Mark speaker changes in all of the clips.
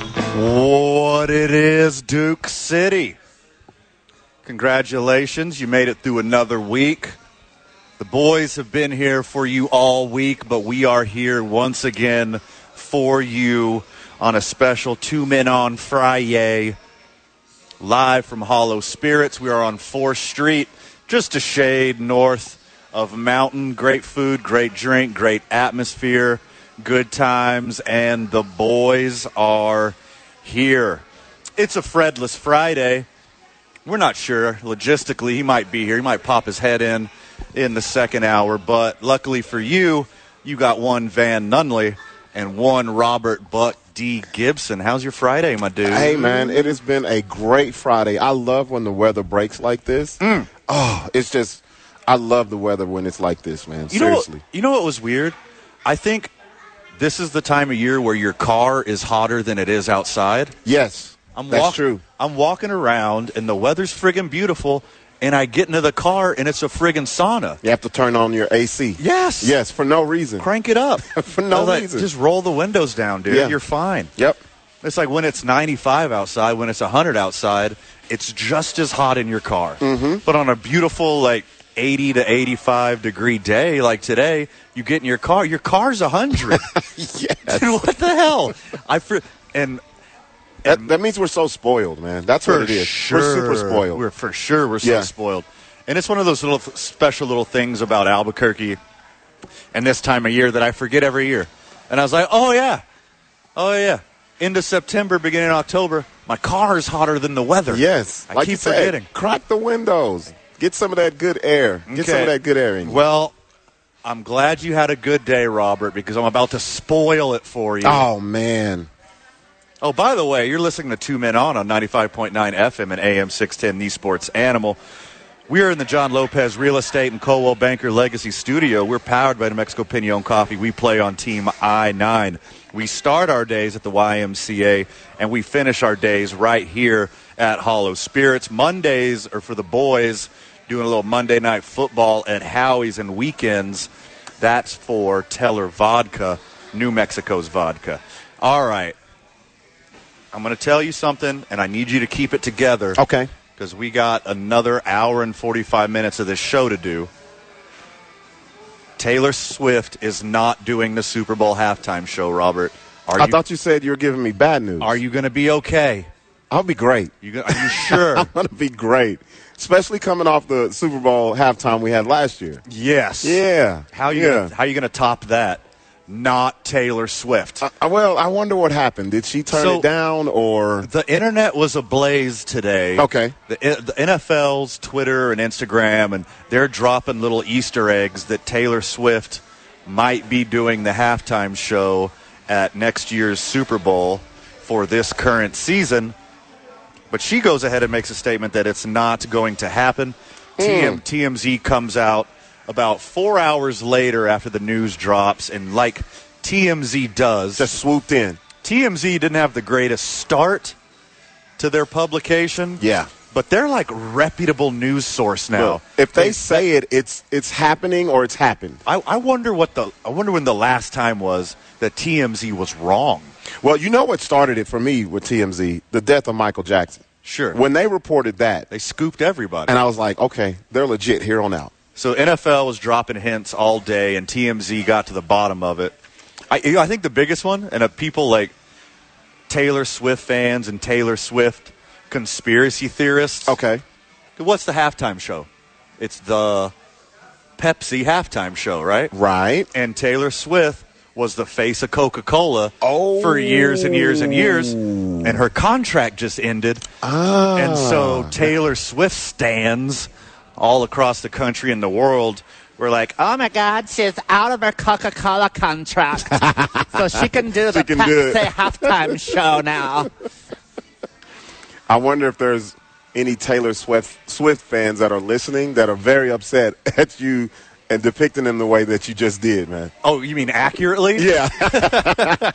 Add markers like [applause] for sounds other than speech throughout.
Speaker 1: What it is, Duke City. Congratulations, you made it through another week. The boys have been here for you all week, but we are here once again for you on a special Two Men on Friday, live from Hollow Spirits. We are on 4th Street, just a shade north of Mountain. Great food, great drink, great atmosphere, good times, and the boys are here. It's a Fredless Friday. We're not sure logistically. He might be here. He might pop his head in in the second hour. But luckily for you, you got one Van Nunley and one Robert Buck D. Gibson. How's your Friday, my dude?
Speaker 2: Hey man, it has been a great Friday. I love when the weather breaks like this.
Speaker 1: Mm.
Speaker 2: Oh, it's just I love the weather when it's like this, man.
Speaker 1: you know, what,
Speaker 2: Seriously.
Speaker 1: you know what was weird? I think this is the time of year where your car is hotter than it is outside.
Speaker 2: yes.
Speaker 1: I'm
Speaker 2: that's
Speaker 1: walk-
Speaker 2: true.
Speaker 1: I'm walking around and the weather's friggin' beautiful, and I get into the car and it's a friggin' sauna.
Speaker 2: You have to turn on your AC.
Speaker 1: Yes.
Speaker 2: Yes, for no reason.
Speaker 1: Crank it up
Speaker 2: [laughs] For no
Speaker 1: I was like,
Speaker 2: reason.
Speaker 1: Just roll the windows down, dude.
Speaker 2: Yeah.
Speaker 1: You're fine.
Speaker 2: Yep. [laughs]
Speaker 1: It's like when it's 95 outside, when it's 100 outside, it's just as hot in your car. Mm-hmm. But on a beautiful like 80 to 85 degree day like today, you get in your car, your car's
Speaker 2: [laughs]
Speaker 1: 100.
Speaker 2: Yes.
Speaker 1: Dude, what the hell? I fr- and
Speaker 2: That, that means we're so spoiled, man. That's what
Speaker 1: for
Speaker 2: it is.
Speaker 1: sure,
Speaker 2: We're super spoiled.
Speaker 1: We're for sure we're
Speaker 2: Yeah.
Speaker 1: so spoiled, and it's one of those little f- special little things about Albuquerque and this time of year that I forget every year. And I was like, oh yeah, oh yeah. End of September, beginning of October, my car is hotter than the weather.
Speaker 2: yes.
Speaker 1: I
Speaker 2: like
Speaker 1: keep
Speaker 2: you said,
Speaker 1: forgetting.
Speaker 2: crack the windows. Get some of that good air. Get some
Speaker 1: Okay.
Speaker 2: of that good air in you.
Speaker 1: Well, I'm glad you had a good day, Robert, because I'm about to spoil it for you.
Speaker 2: oh man.
Speaker 1: Oh, by the way, you're listening to Two Men On on 95.9 FM and AM 610, the sports animal. We are in the John Lopez Real Estate and Coldwell Banker Legacy Studio. We're powered by New Mexico Pinon Coffee. We play on Team I 9. We start our days at the YMCA and we finish our days right here at Hollow Spirits. Mondays are for the boys doing a little Monday night football at Howie's and weekends. That's for Teller Vodka, New Mexico's vodka. All right. I'm going to tell you something, and I need you to keep it together.
Speaker 2: Okay.
Speaker 1: Because we got another hour and 45 minutes of this show to do. Taylor Swift is not doing the Super Bowl halftime show, Robert. Are
Speaker 2: I
Speaker 1: you,
Speaker 2: thought you said you were giving me bad news.
Speaker 1: are you going to be okay?
Speaker 2: I'll be great.
Speaker 1: You, go- are you sure?
Speaker 2: [laughs] I'm gonna be great, especially coming off the Super Bowl halftime we had last year.
Speaker 1: yes.
Speaker 2: Yeah.
Speaker 1: How you
Speaker 2: Yeah.
Speaker 1: gonna, how you going to top that? Not Taylor Swift.
Speaker 2: Uh, well, I wonder what happened. Did she turn
Speaker 1: So-
Speaker 2: it down or?
Speaker 1: The internet was ablaze today.
Speaker 2: Okay.
Speaker 1: The, eh, the NFL's Twitter and Instagram, and they're dropping little Easter eggs that Taylor Swift might be doing the halftime show at next year's Super Bowl for this current season. But she goes ahead and makes a statement that it's not going to happen. TM, TMZ comes out about four hours later after the news drops, and like TMZ does,
Speaker 2: Just swooped in.
Speaker 1: TMZ didn't have the greatest start to their publication.
Speaker 2: Yeah.
Speaker 1: But they're like reputable news source now.
Speaker 2: Well, if they say it, it's it's happening or it's happened.
Speaker 1: I, I wonder what the I wonder when the last time was that TMZ was wrong.
Speaker 2: Well, you know what started it for me with TMZ, the death of Michael Jackson.
Speaker 1: Sure.
Speaker 2: When they reported that,
Speaker 1: They scooped everybody.
Speaker 2: and I was like, okay, they're legit here on out.
Speaker 1: So NFL was dropping hints all day, and TMZ got to the bottom of it. I, you know, I think the biggest one, and uh, people like Taylor Swift fans and Taylor Swift conspiracy theorists.
Speaker 2: Okay.
Speaker 1: What's the halftime show? It's the Pepsi halftime show, right?
Speaker 2: Right.
Speaker 1: And Taylor Swift was the face of Coca Cola
Speaker 2: Oh.
Speaker 1: for years and years and years. And her contract just ended.
Speaker 2: Ah.
Speaker 1: And so Taylor Swift stands all across the country and the world. We're like, "Uh,
Speaker 3: Oh my God, she's out of her Coca Cola contract. so she can do the
Speaker 2: can do it.
Speaker 3: Pepsi halftime show now.
Speaker 2: I wonder if there's any Taylor Swift, Swift fans that are listening that are very upset [laughs] at you and depicting them the way that you just did, man.
Speaker 1: Oh, you mean accurately?
Speaker 2: Yeah.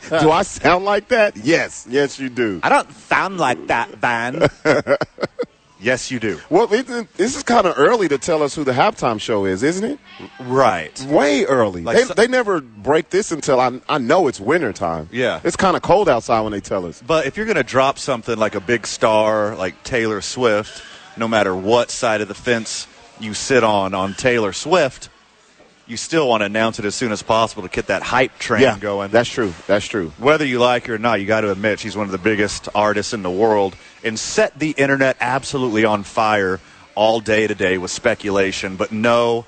Speaker 2: [laughs] do I sound like that? Yes. Yes, you do.
Speaker 1: I don't sound like that,
Speaker 2: [laughs]
Speaker 1: Van. yes, you do.
Speaker 2: Well, isn't, this is kind of early to tell us who the halftime show is, isn't it?
Speaker 1: Right.
Speaker 2: Way early.
Speaker 1: Like
Speaker 2: they,
Speaker 1: so-
Speaker 2: they never break this until I, I know it's winter time.
Speaker 1: Yeah.
Speaker 2: It's kind of cold outside when they tell us.
Speaker 1: But if you're going to drop something like a big star, like Taylor Swift, no matter what side of the fence you sit on on Taylor Swift, you still want to announce it as soon as possible to get that hype train
Speaker 2: yeah.
Speaker 1: going.
Speaker 2: That's true. That's true.
Speaker 1: Whether you like her or not, you got to admit she's one of the biggest artists in the world and set the internet absolutely on fire all day today with speculation. But no,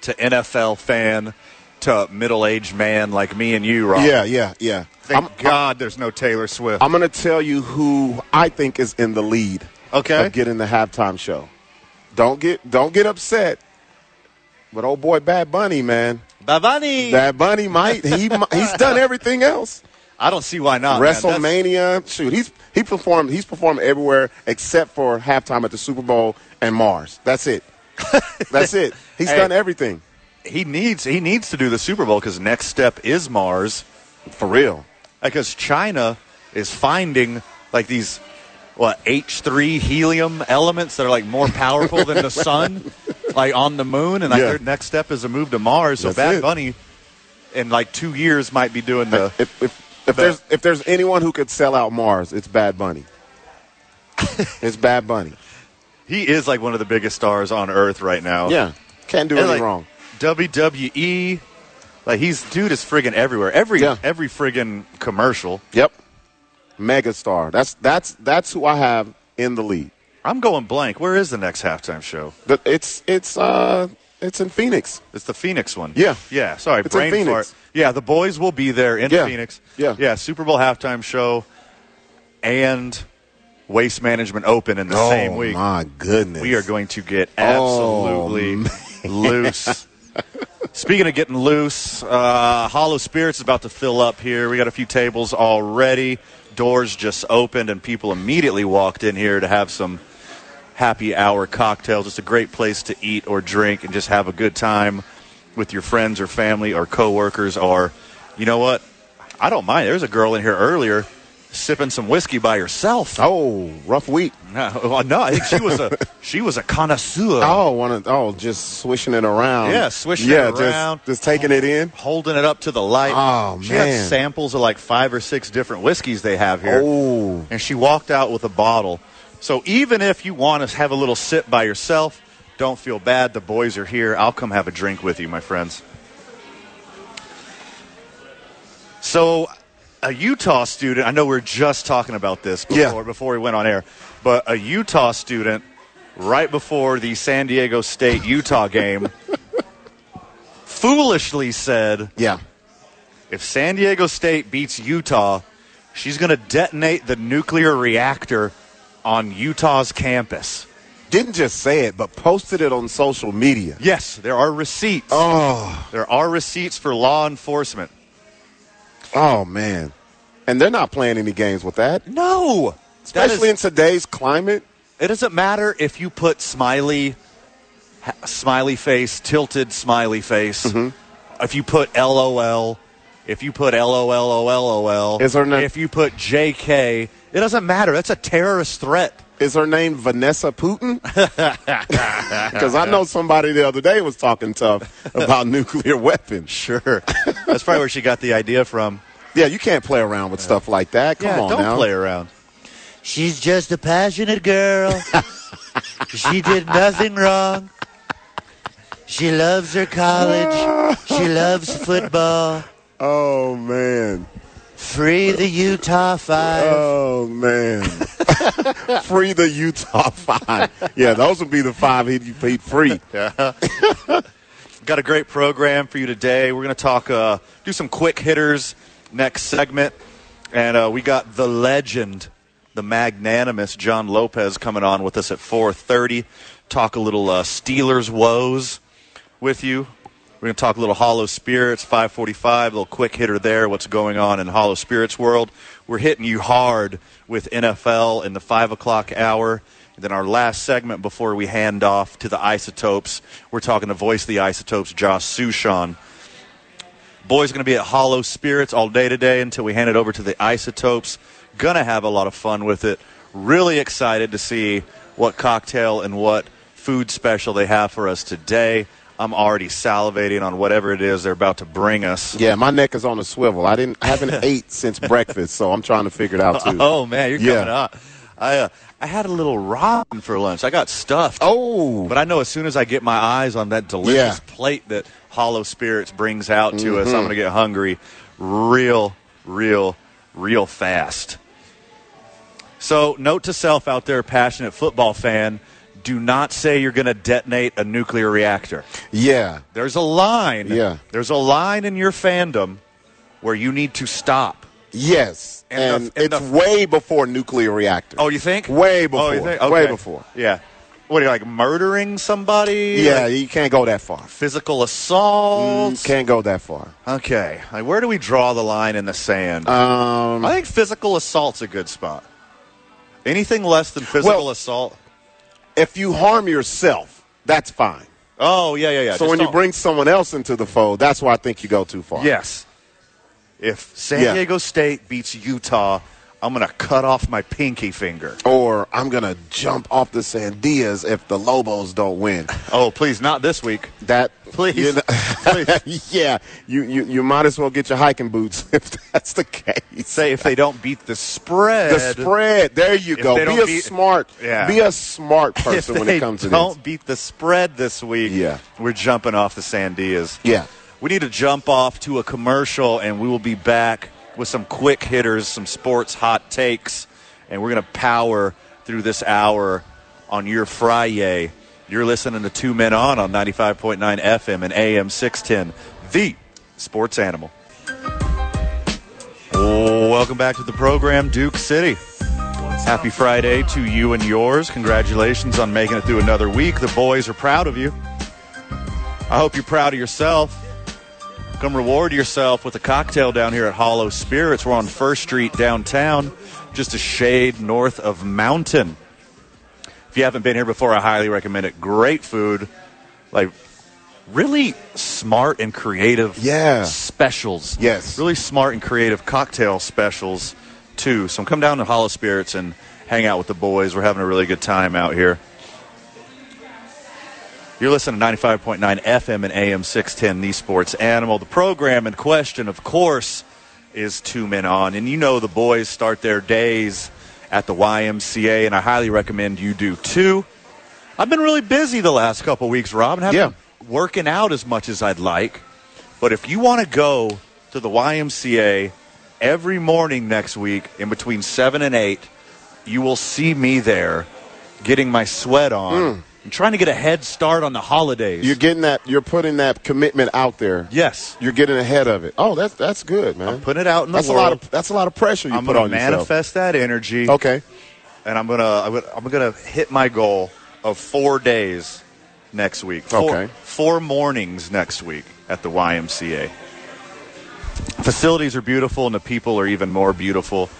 Speaker 1: to NFL fan, to middle aged man like me and you, Rob.
Speaker 2: Yeah, yeah, yeah.
Speaker 1: Oh. Thank
Speaker 2: I'm-
Speaker 1: God there's no Taylor Swift.
Speaker 2: I'm going to tell you who I think is in the lead.
Speaker 1: Okay.
Speaker 2: Of getting the halftime show. Don't get don't get upset. But old boy Bad Bunny, man.
Speaker 1: Babani.
Speaker 2: Bad Bunny might he mi-
Speaker 1: [laughs]
Speaker 2: he's done everything else.
Speaker 1: I don't see why not. man. Oh, That's-
Speaker 2: WrestleMania, shoot, he's he performed he's performed everywhere except for halftime at the Super Bowl and Mars.
Speaker 1: [laughs]
Speaker 2: That's it. That's it. He's
Speaker 1: Hey.
Speaker 2: done everything.
Speaker 1: he needs he needs to do the Super Bowl because next step is Mars.
Speaker 2: For real.
Speaker 1: because China is finding like these what H3 helium elements that are like more powerful than the
Speaker 2: [laughs]
Speaker 1: sun, like on the moon, and like
Speaker 2: Yeah.
Speaker 1: their next step is a move to Mars. So
Speaker 2: That's
Speaker 1: Bad
Speaker 2: it.
Speaker 1: Bunny in like two years might be doing
Speaker 2: [laughs]
Speaker 1: the.
Speaker 2: If if, if there's if there's anyone who could sell out Mars, it's
Speaker 1: [laughs]
Speaker 2: Bad Bunny. it's Bad Bunny.
Speaker 1: He is like one of the biggest stars on Earth right now.
Speaker 2: Yeah. Can't do
Speaker 1: And,
Speaker 2: anything
Speaker 1: Oh. like,
Speaker 2: wrong.
Speaker 1: WWE, like he's dude is friggin' everywhere. Every
Speaker 2: Yeah.
Speaker 1: every friggin' commercial.
Speaker 2: Yep. Megastar. That's that's that's who I have in the lead.
Speaker 1: I'm going blank. Where is the next halftime show?
Speaker 2: The- It's it's uh it's in Phoenix.
Speaker 1: It's the Phoenix one.
Speaker 2: Yeah.
Speaker 1: Yeah. Sorry,
Speaker 2: It's in
Speaker 1: brain
Speaker 2: Phoenix.
Speaker 1: fart. Yeah, the boys will be there in
Speaker 2: Yeah.
Speaker 1: Phoenix.
Speaker 2: Yeah.
Speaker 1: Yeah, Super Bowl halftime show and Waste Management Open in the same week.
Speaker 2: Oh, my goodness.
Speaker 1: We are going to get
Speaker 2: Oh,
Speaker 1: absolutely
Speaker 2: [laughs]
Speaker 1: loose. Speaking of getting loose, uh, Hollow Spirits is about to fill up here. We got a few tables already. Doors just opened, and people immediately walked in here to have some happy hour cocktails. It's a great place to eat or drink and just have a good time with your friends or family or coworkers. Or, you know what? I don't mind. There's a girl in here earlier sipping some whiskey by herself.
Speaker 2: Oh, rough week.
Speaker 1: No, [laughs] well, no, I think she was
Speaker 2: [laughs]
Speaker 1: a she was a connoisseur,
Speaker 2: Oh, wanna oh just swishing it around.
Speaker 1: Yeah, swishing it
Speaker 2: yeah, just-
Speaker 1: around.
Speaker 2: Just, taking it in.
Speaker 1: holding it up to the light.
Speaker 2: Oh,
Speaker 1: she had
Speaker 2: man.
Speaker 1: samples of like five or six different whiskeys they have here,
Speaker 2: Oh.
Speaker 1: and she walked out with a bottle. So even if you want to have a little sip by yourself, don't feel bad. The boys are here. I'll come have a drink with you, my friends. So, a Utah student. I know we are just talking about this before
Speaker 2: Yeah.
Speaker 1: before we went on air, but a Utah student right before the San Diego State Utah game
Speaker 2: [laughs]
Speaker 1: foolishly said,
Speaker 2: Yeah.
Speaker 1: "If San Diego State beats Utah, she's going to detonate the nuclear reactor on Utah's campus."
Speaker 2: Didn't just say it, but posted it on social media.
Speaker 1: Yes, there are receipts.
Speaker 2: Oh,
Speaker 1: There are receipts for law enforcement.
Speaker 2: oh man. And they're not playing any games with that.
Speaker 1: No, That is-
Speaker 2: Especially in today's climate.
Speaker 1: It doesn't matter if you put smiley, ha- smiley face, tilted smiley face.
Speaker 2: Mm-hmm.
Speaker 1: If you put LOL, if you put LOLOLOL,
Speaker 2: Is there no-
Speaker 1: if you put JK, it doesn't matter. That's a terrorist threat.
Speaker 2: Is her name Vanessa
Speaker 1: [laughs]
Speaker 2: Putin? Because I know somebody the other day was talking tough
Speaker 1: [laughs]
Speaker 2: about nuclear weapons.
Speaker 1: Sure, [laughs] that's probably where she got the idea from.
Speaker 2: Yeah, you can't play around with stuff like that. Come
Speaker 1: yeah,
Speaker 2: on
Speaker 1: don't
Speaker 2: now.
Speaker 1: play around.
Speaker 4: She's just a passionate
Speaker 2: [laughs]
Speaker 4: girl. she did nothing wrong. She loves her college. She loves football.
Speaker 2: Oh man.
Speaker 4: Free the Utah Five.
Speaker 2: Oh
Speaker 1: [laughs]
Speaker 2: man. free the Utah five. Yeah, those would be the five he'd you paid free.
Speaker 1: Got a great program for you today. We're going to talk, uh, do some quick hitters next segment. And uh, we got the legend, the magnanimous John Lopez coming on with us at 4.30. Talk a little uh, Steelers woes with you. We're going to talk a little Hollow Spirits, 545, a little quick hitter there, what's going on in Hollow Spirits world. We're hitting you hard with NFL in the 5 o'clock hour. And then our last segment before we hand off to the Isotopes, we're talking to Voice of the Isotopes, Josh Sushan. Boys going to be at Hollow Spirits all day today until we hand it over to the Isotopes. Going to have a lot of fun with it. Really excited to see what cocktail and what food special they have for us today. I'm already salivating on whatever it is they're about to bring us.
Speaker 2: Yeah, my neck is on a swivel. I didn't
Speaker 1: [laughs]
Speaker 2: I haven't ate since breakfast, so I'm trying to figure it out too.
Speaker 1: Oh man, you're
Speaker 2: Yeah.
Speaker 1: coming up. I uh, I had a little ramen for lunch. I got stuffed.
Speaker 2: Oh.
Speaker 1: But I know as soon as I get my eyes on that delicious
Speaker 2: Yeah. Mm-hmm.
Speaker 1: plate that Hollow Spirits brings out to us, I'm going to get hungry real, real, real fast. So, note to self out there, passionate football fan do not say you're going to detonate a nuclear reactor.
Speaker 2: Yeah.
Speaker 1: There's a line.
Speaker 2: Yeah.
Speaker 1: There's a line in your fandom where you need to stop.
Speaker 2: Yes.
Speaker 1: And
Speaker 2: And,
Speaker 1: the- and
Speaker 2: it's
Speaker 1: the-
Speaker 2: way before nuclear reactor.
Speaker 1: Oh, you think?
Speaker 2: Way before.
Speaker 1: Oh, you think?
Speaker 2: Way
Speaker 1: Okay.
Speaker 2: before.
Speaker 1: Yeah. What are you like murdering somebody?
Speaker 2: Yeah,
Speaker 1: Like,
Speaker 2: you can't go that far.
Speaker 1: physical assault.
Speaker 2: Mm, Can't go that far.
Speaker 1: Okay. Like, where do we draw the line in the sand?
Speaker 2: Um,
Speaker 1: I think physical assault's a good spot. Anything less than physical
Speaker 2: Well-
Speaker 1: assault.
Speaker 2: if you harm yourself, that's fine.
Speaker 1: Oh yeah, yeah, yeah.
Speaker 2: so
Speaker 1: Just
Speaker 2: when you
Speaker 1: don't-
Speaker 2: bring someone else into the fold, that's why I think you go too far.
Speaker 1: yes, if San
Speaker 2: Yeah.
Speaker 1: Diego State beats Utah, I'm gonna cut off my pinky finger.
Speaker 2: Or I'm gonna jump off the Sandias if the Lobos don't win.
Speaker 1: Oh please, not this week.
Speaker 2: That
Speaker 1: Please.
Speaker 2: you know-
Speaker 1: [laughs]
Speaker 2: [laughs] yeah. You, you you might as well get your hiking boots [laughs] if that's the case.
Speaker 1: Say if they don't beat the spread.
Speaker 2: The spread. There you
Speaker 1: If
Speaker 2: go.
Speaker 1: they
Speaker 2: Be
Speaker 1: don't
Speaker 2: a
Speaker 1: beat-
Speaker 2: smart.
Speaker 1: Yeah.
Speaker 2: Be a
Speaker 1: [laughs]
Speaker 2: smart
Speaker 1: If
Speaker 2: person
Speaker 1: they
Speaker 2: when it comes to
Speaker 1: don't
Speaker 2: this.
Speaker 1: beat the spread this week,
Speaker 2: Yeah.
Speaker 1: we're jumping off the Sandias.
Speaker 2: Yeah.
Speaker 1: We need to jump off to a commercial, and we will be back with some quick hitters, some sports hot takes, and we're going to power through this hour on your Friday. You're listening to Two Men On on 95.9 FM and AM 610, the sports animal. Welcome back to the program, Duke City. Happy Friday to you and yours. Congratulations on making it through another week. The boys are proud of you. I hope you're proud of yourself. Come reward yourself with a cocktail down here at Hollow Spirits. We're on First Street downtown, just a shade north of Mountain. If you haven't been here before, I highly recommend it. Great food, like really smart and creative
Speaker 2: Yeah.
Speaker 1: specials.
Speaker 2: Yes.
Speaker 1: Really smart and creative cocktail specials, too. So come down to Hollow Spirits and hang out with the boys. We're having a really good time out here. You're listening to 95.9 FM and AM 610, the sports animal. The program in question, of course, is Two Men On. And you know the boys start their days at the YMCA, and I highly recommend you do too. I've been really busy the last couple weeks, Rob, and haven't
Speaker 2: Yeah.
Speaker 1: been working out as much as I'd like. But if you want to go to the YMCA every morning next week in between 7 and 8, you will see me there getting my sweat on.
Speaker 2: Hmm.
Speaker 1: and trying to get a head start on the holidays.
Speaker 2: You're getting that. You're putting that commitment out there.
Speaker 1: yes.
Speaker 2: You're getting ahead of it. Oh, that's that's good, man.
Speaker 1: I'm putting it out in the
Speaker 2: that's
Speaker 1: world.
Speaker 2: a lot of that's a lot of pressure you
Speaker 1: I'm
Speaker 2: put
Speaker 1: gonna
Speaker 2: on yourself.
Speaker 1: manifest that energy.
Speaker 2: Okay.
Speaker 1: and I'm gonna I'm gonna- I'm gonna hit my goal of four days next week. Four,
Speaker 2: Okay.
Speaker 1: Four mornings next week at the YMCA. Facilities are beautiful, and the people are even more beautiful,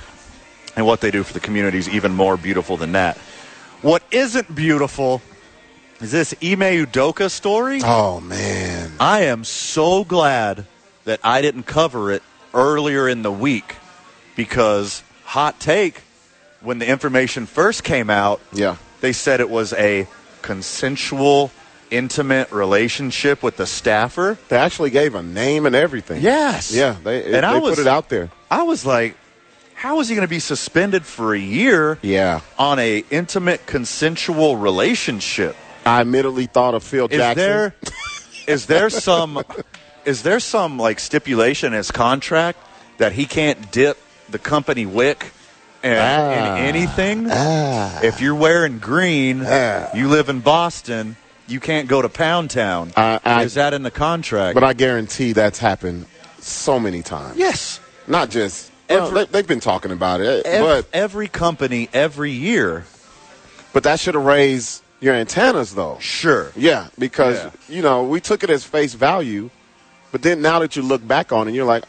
Speaker 1: and what they do for the community is even more beautiful than that. What isn't beautiful is this Ime Udoka story.
Speaker 2: Oh man.
Speaker 1: I am so glad that I didn't cover it earlier in the week because hot take when the information first came out,
Speaker 2: Yeah.
Speaker 1: they said it was a consensual intimate relationship with the staffer.
Speaker 2: They actually gave a name and everything.
Speaker 1: Yes.
Speaker 2: Yeah. They
Speaker 1: And
Speaker 2: they
Speaker 1: I
Speaker 2: put
Speaker 1: was-
Speaker 2: it out there.
Speaker 1: I was like, how is he going to be suspended for a year
Speaker 2: Yeah.
Speaker 1: on a intimate consensual relationship?
Speaker 2: I immediately thought of Phil
Speaker 1: is
Speaker 2: Jackson.
Speaker 1: there is there some is there some like stipulation in his contract that he can't dip the company wick in,
Speaker 2: Ah.
Speaker 1: in anything? If you're wearing green,
Speaker 2: Ah.
Speaker 1: you live in Boston, you can't go to Pound Town.
Speaker 2: I- I-
Speaker 1: is that in the contract?
Speaker 2: But I guarantee that's happened so many times.
Speaker 1: yes.
Speaker 2: Not just.
Speaker 1: Every-
Speaker 2: well, they, have been talking about it,
Speaker 1: Ev-
Speaker 2: but
Speaker 1: every company every year.
Speaker 2: but that should have raised your antennas, though.
Speaker 1: Sure.
Speaker 2: Yeah, because
Speaker 1: Yeah.
Speaker 2: you know we took it as face value, but then now that you look back on it, you're like,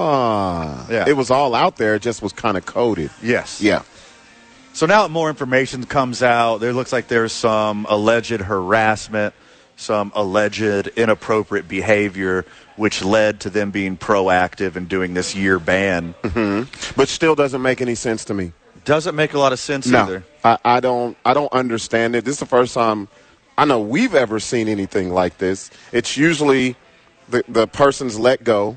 Speaker 2: ah,
Speaker 1: Yeah.
Speaker 2: it was all out there. It just was kind of coded.
Speaker 1: Yes.
Speaker 2: Yeah.
Speaker 1: So now more information comes out. There looks like there's some alleged harassment, some alleged inappropriate behavior, which led to them being proactive and doing this year ban.
Speaker 2: but still doesn't make any sense to me.
Speaker 1: Doesn't make a lot of sense
Speaker 2: No,
Speaker 1: either.
Speaker 2: I, I don't. I don't understand it. This is the first time I know we've ever seen anything like this. It's usually the the person's let go,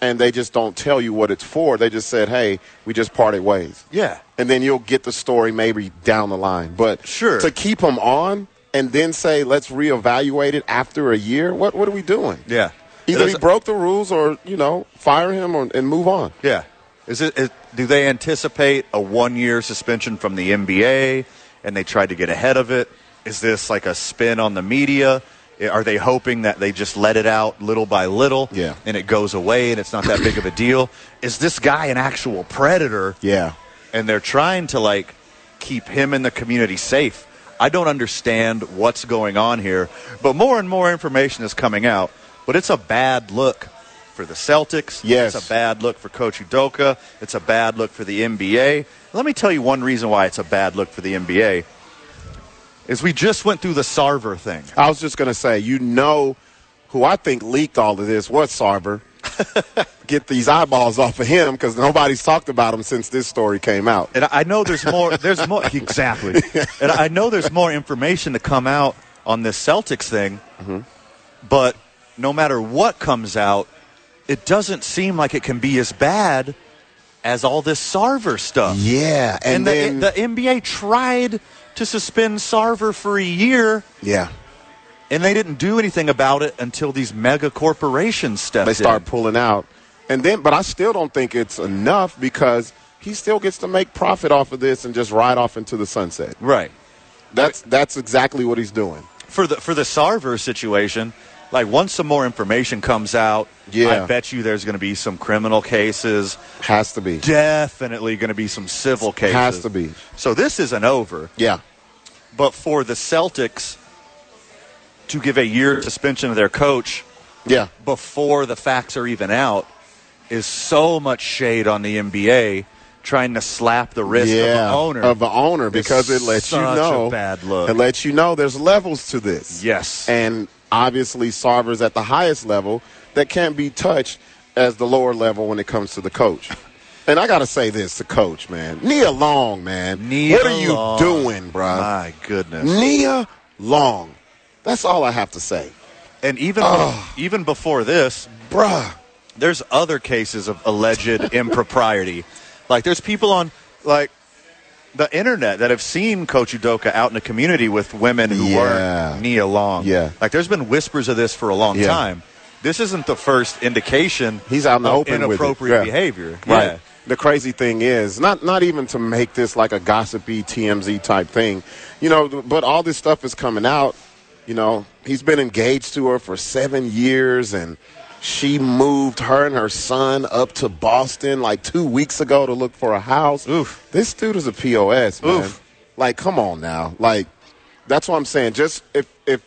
Speaker 2: and they just don't tell you what it's for. They just said, "Hey, we just parted ways."
Speaker 1: Yeah.
Speaker 2: and then you'll get the story maybe down the line. But
Speaker 1: Sure.
Speaker 2: to keep them on and then say let's reevaluate it after a year. What what are we doing?
Speaker 1: Yeah.
Speaker 2: Either
Speaker 1: There's-
Speaker 2: he broke the rules, or you know, fire him, or, and move on.
Speaker 1: Yeah. Is it? Is, do they anticipate a one-year suspension from the NBA, and they tried to get ahead of it? Is this like a spin on the media? I- Are they hoping that they just let it out little by little,
Speaker 2: Yeah.
Speaker 1: and it goes away, and it's not that big of a deal? Is this guy an actual predator?
Speaker 2: Yeah,
Speaker 1: and they're trying to like keep him and the community safe. I don't understand what's going on here, but more and more information is coming out. But it's a bad look for the Celtics.
Speaker 2: Yes.
Speaker 1: It's a bad look for Coach Udoka. It's a bad look for the NBA. Let me tell you one reason why it's a bad look for the NBA is we just went through the Sarver thing.
Speaker 2: I was just gonna say, you know, who I think leaked all of this
Speaker 1: [laughs]
Speaker 2: was Sarver. Get these eyeballs off of him because nobody's talked about him since this story came out.
Speaker 1: And I know there's more. There's more [laughs] exactly. And I know there's more information to come out on this Celtics thing.
Speaker 2: Mm-hmm.
Speaker 1: But no matter what comes out, it doesn't seem like it can be as bad as all this Sarver stuff.
Speaker 2: Yeah,
Speaker 1: And,
Speaker 2: and,
Speaker 1: the,
Speaker 2: then
Speaker 1: the NBA tried to suspend Sarver for a year,
Speaker 2: yeah,
Speaker 1: and they didn't do anything about it until these mega corporations stepped
Speaker 2: they start
Speaker 1: in.
Speaker 2: pulling out, and then but I still don't think it's enough because he still gets to make profit off of this and just ride off into the sunset.
Speaker 1: right.
Speaker 2: That's that's exactly what he's doing.
Speaker 1: for the for the Sarver situation, like once some more information comes out,
Speaker 2: Yeah.
Speaker 1: I bet you there's going to be some criminal cases.
Speaker 2: Has to be.
Speaker 1: Definitely going to be some civil cases.
Speaker 2: Has to be.
Speaker 1: So this isn't over.
Speaker 2: Yeah.
Speaker 1: But for the Celtics to give a year suspension to their coach
Speaker 2: Yeah.
Speaker 1: before the facts are even out is so much shade on the NBA trying to slap the wrist
Speaker 2: yeah.
Speaker 1: of the owner.
Speaker 2: Of the owner because it
Speaker 1: It's
Speaker 2: lets you
Speaker 1: such a
Speaker 2: know
Speaker 1: bad look.
Speaker 2: It lets you know there's levels to this.
Speaker 1: yes.
Speaker 2: And obviously Sarver's at the highest level that can't be touched as the lower level when it comes to the coach. And I gotta say this to coach, man. Nia Long, man.
Speaker 1: Nia
Speaker 2: what are you
Speaker 1: Long.
Speaker 2: doing, bruh?
Speaker 1: My goodness.
Speaker 2: Nia Long. That's all I have to say.
Speaker 1: And even even before this,
Speaker 2: Bruh.
Speaker 1: there's other cases of
Speaker 2: [laughs]
Speaker 1: alleged impropriety. Like there's people on like the internet that have seen Coach Udoka out in the community with women who
Speaker 2: Yeah.
Speaker 1: weren't Nia Long.
Speaker 2: Yeah.
Speaker 1: Like there's been whispers of this for a long
Speaker 2: Yeah.
Speaker 1: time. This isn't the first indication
Speaker 2: He's out in the
Speaker 1: of
Speaker 2: open with it.
Speaker 1: inappropriate
Speaker 2: Yeah.
Speaker 1: behavior.
Speaker 2: Right.
Speaker 1: Yeah.
Speaker 2: The crazy thing is, not not even to make this like a gossipy TMZ type thing, you know. th- But all this stuff is coming out. You know, he's been engaged to her for seven years, and she moved her and her son up to Boston like two weeks ago to look for a house.
Speaker 1: Oof.
Speaker 2: This dude is a pos, man.
Speaker 1: Oof.
Speaker 2: Like, come on now. Like, that's what I'm saying. Just if if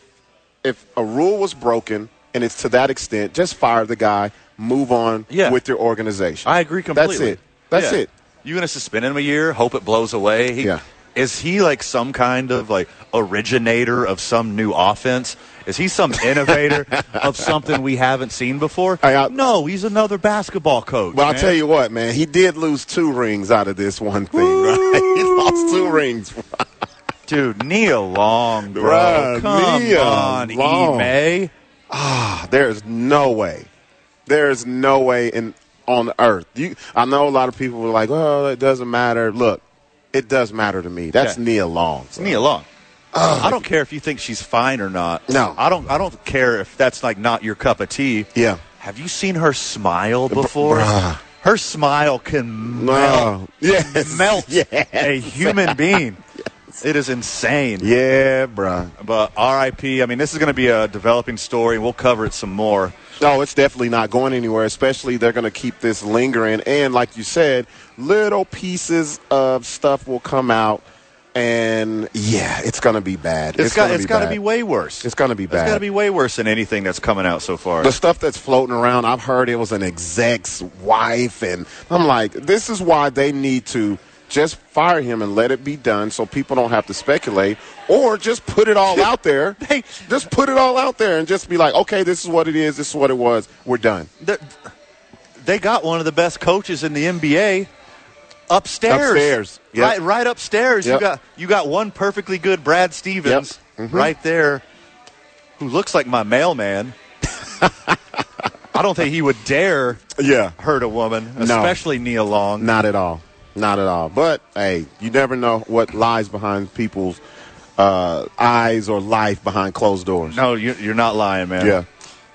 Speaker 2: if a rule was broken and it's to that extent, just fire the guy, move on
Speaker 1: Yeah.
Speaker 2: with your organization.
Speaker 1: I agree completely.
Speaker 2: That's it. That's
Speaker 1: Yeah.
Speaker 2: it.
Speaker 1: You gonna suspend him a year? Hope it blows away. He-
Speaker 2: Yeah.
Speaker 1: Is he like some kind of like originator of some new offense? Is he some
Speaker 2: [laughs]
Speaker 1: innovator of something we haven't seen before?
Speaker 2: I- I-
Speaker 1: no, he's another basketball coach.
Speaker 2: But I'll
Speaker 1: man.
Speaker 2: tell you what, man, he did lose two rings out of this one thing, right? [laughs] He lost two rings.
Speaker 1: dude, Neil Long, bro,
Speaker 2: Bruh,
Speaker 1: come
Speaker 2: Nia
Speaker 1: on, E.
Speaker 2: Long.
Speaker 1: May.
Speaker 2: There is no way. There is no way in on earth. You, I know a lot of people were like, "Well, it doesn't matter." Look, it does matter to me. That's
Speaker 1: Yeah.
Speaker 2: Nia Long. son.
Speaker 1: Nia Long. I don't care if you think she's fine or not.
Speaker 2: No.
Speaker 1: I don't. I don't care if that's like not your cup of tea.
Speaker 2: Yeah.
Speaker 1: Have you seen her smile before? her smile can melt,
Speaker 2: No. [laughs] Yes.
Speaker 1: melt
Speaker 2: Yeah.
Speaker 1: a human being. It is insane.
Speaker 2: Yeah, bruh.
Speaker 1: But RIP. I mean, this is going to be a developing story. We'll cover it some more.
Speaker 2: No, it's definitely not going anywhere, especially they're going to keep this lingering. And like you said, little pieces of stuff will come out and yeah, it's gonna be bad.
Speaker 1: It's got.
Speaker 2: gonna
Speaker 1: It's got to
Speaker 2: bad.
Speaker 1: be way worse.
Speaker 2: It's gonna be
Speaker 1: It's got to
Speaker 2: bad.
Speaker 1: be way worse than anything that's coming out so far.
Speaker 2: the stuff that's floating around, I've heard it was an exec's wife, and I'm like, this is why they need to just fire him and let it be done, so people don't have to speculate, or just put
Speaker 1: [laughs]
Speaker 2: it all out there.
Speaker 1: They-
Speaker 2: just put it all out there and just be like, okay, this is what it is, this is what it was, we're done.
Speaker 1: The- they got one of the best coaches in the NBA upstairs.
Speaker 2: Upstairs, yep.
Speaker 1: Right, right upstairs.
Speaker 2: Yep. Mm-hmm.
Speaker 1: You got you got one perfectly good Brad Stevens right there, who looks like my
Speaker 2: [laughs]
Speaker 1: mailman. I don't think he would dare
Speaker 2: Yeah,
Speaker 1: hurt a woman,
Speaker 2: No.
Speaker 1: especially Nia Long.
Speaker 2: Not at all. Not at all. But hey, you never know what lies behind people's uh, eyes or life behind closed doors.
Speaker 1: No, you- you're not lying, man.
Speaker 2: Yeah.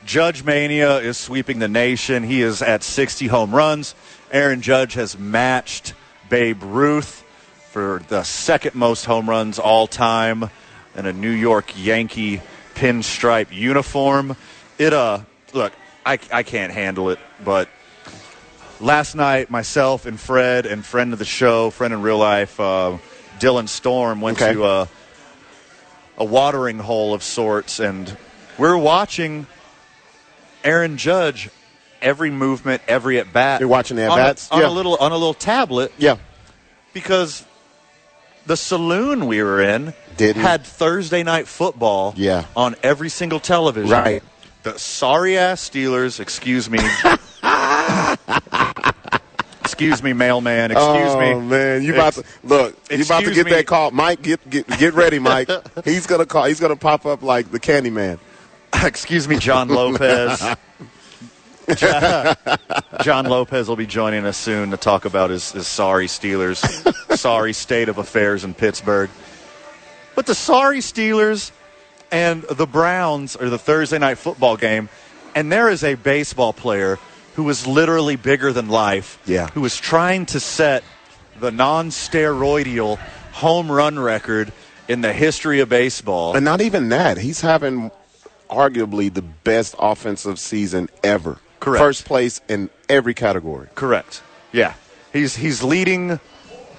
Speaker 1: Judge Mania is sweeping the nation. He is at 60 home runs. Aaron Judge has matched Babe Ruth for the second most home runs all time in a New York Yankee pinstripe uniform. It, uh, look, I, I can't handle it, but last night, myself and Fred and friend of the show, friend in real life, uh, Dylan Storm went
Speaker 2: Okay.
Speaker 1: to uh, a, a watering hole of sorts, and we're watching Aaron Judge every movement, every at bat.
Speaker 2: You're watching the
Speaker 1: on a-
Speaker 2: at-bats?
Speaker 1: on,
Speaker 2: Yeah.
Speaker 1: a little on a little tablet
Speaker 2: Yeah.
Speaker 1: because the saloon we were in
Speaker 2: Didn't.
Speaker 1: had Thursday night football
Speaker 2: Yeah.
Speaker 1: on every single television.
Speaker 2: Right.
Speaker 1: The sorry ass Steelers, excuse
Speaker 2: [laughs]
Speaker 1: me. excuse me, mailman, excuse me.
Speaker 2: Oh man, you about to
Speaker 1: Ex-
Speaker 2: look? You about to
Speaker 1: excuse
Speaker 2: get
Speaker 1: me.
Speaker 2: that call, Mike? Get get get
Speaker 1: [laughs]
Speaker 2: ready, Mike. he's gonna call. He's gonna pop up like the Candy Man.
Speaker 1: [laughs] excuse me, John Lopez. John Lopez will be joining us soon to talk about his, his sorry Steelers, sorry state of affairs in Pittsburgh. But the sorry Steelers and the Browns are the Thursday night football game, and there is a baseball player who was literally bigger than life,
Speaker 2: Yeah.
Speaker 1: who was trying to set the non steroidal home run record in the history of baseball.
Speaker 2: And not even that. He's having arguably the best offensive season ever.
Speaker 1: Correct.
Speaker 2: First place in every category.
Speaker 1: Correct. Yeah. He's he's leading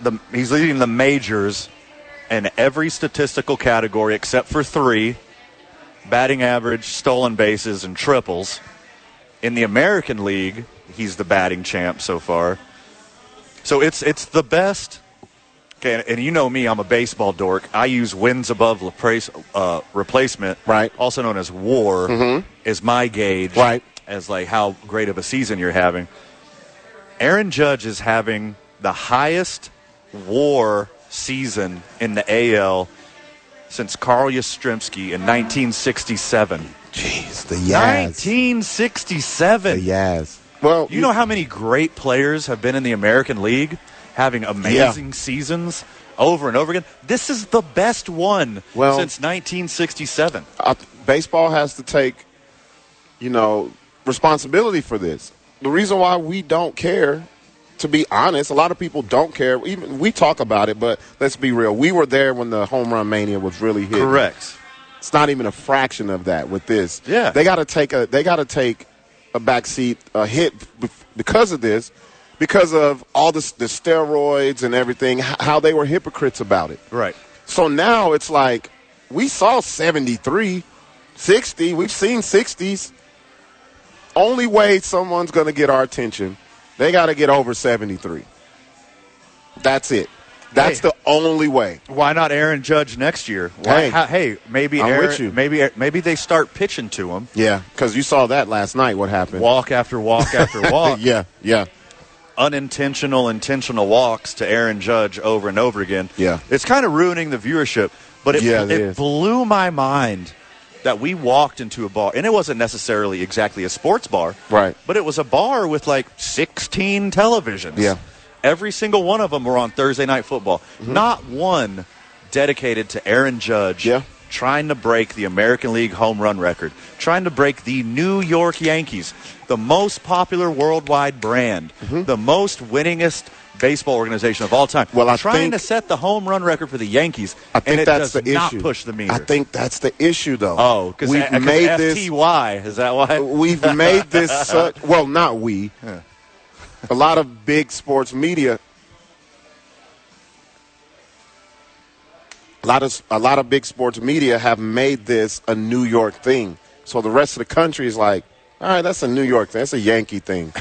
Speaker 1: the he's leading the majors in every statistical category except for three: batting average, stolen bases, and triples. In the American League, he's the batting champ so far. So it's it's the best. Okay, and, and you know me, I'm a baseball dork. I use wins above replace, uh, replacement,
Speaker 2: Right.
Speaker 1: Also known as WAR, is my gauge,
Speaker 2: Right.
Speaker 1: As like how great of a season you're having. Aaron Judge is having the highest war season in the AL since Carl Yastrzemski in 1967.
Speaker 2: Jeez, the Yaz.
Speaker 1: 1967.
Speaker 2: The Yaz. Well,
Speaker 1: You know how many great players have been in the American League having amazing seasons over and over again? This is the best one
Speaker 2: Well-
Speaker 1: since 1967.
Speaker 2: I, baseball has to take, you know, responsibility for this. The reason why we don't care, to be honest, a lot of people don't care. Even we talk about it, but let's be real. We were there when the home run mania was really hit. It's not even a fraction of that with this.
Speaker 1: Yeah.
Speaker 2: They got to take a they got to take a backseat a hit be- because of this, because of all this, the steroids and everything, h- how they were hypocrites about it.
Speaker 1: Right.
Speaker 2: So now it's like we saw 73, 60. We've seen 60s. Only way someone's going to get our attention, they got to get over 73. That's it. That's
Speaker 1: Hey.
Speaker 2: the only way.
Speaker 1: Why not Aaron Judge next year? Why,
Speaker 2: Hey.
Speaker 1: how- hey maybe
Speaker 2: I'm
Speaker 1: Aaron,
Speaker 2: with you.
Speaker 1: maybe maybe they start pitching to him,
Speaker 2: Yeah, because you saw that last night. What happened?
Speaker 1: walk after walk after
Speaker 2: [laughs]
Speaker 1: walk,
Speaker 2: Yeah, yeah.
Speaker 1: unintentional, intentional walks to Aaron Judge over and over again.
Speaker 2: Yeah.
Speaker 1: It's kind of ruining the viewership, but it,
Speaker 2: Yeah, it
Speaker 1: it,
Speaker 2: is.
Speaker 1: blew my mind that we walked into a bar, and it wasn't necessarily exactly a sports bar.
Speaker 2: Right.
Speaker 1: But it was a bar with like 16 televisions.
Speaker 2: Yeah. Mm-hmm.
Speaker 1: Every single one of them were on Thursday Night Football. Not one dedicated to Aaron Judge.
Speaker 2: Yeah.
Speaker 1: Trying to break the American League home run record, trying to break the New York Yankees, the most popular worldwide brand,
Speaker 2: Mm-hmm.
Speaker 1: the most winningest baseball organization of all time.
Speaker 2: Well, I
Speaker 1: trying
Speaker 2: think-
Speaker 1: to set the home run record for the Yankees,
Speaker 2: I think
Speaker 1: and it
Speaker 2: that's
Speaker 1: does
Speaker 2: the
Speaker 1: not
Speaker 2: issue.
Speaker 1: push the meter.
Speaker 2: I think that's the issue, though.
Speaker 1: oh, because
Speaker 2: we've made this. Oh.
Speaker 1: FTY is that why?
Speaker 2: We've made this such. Well, not we. A lot of big sports media lot of a lot of big sports media have made this a New York thing. So the rest of the country is like, all right, that's a New York thing. That's a Yankee thing.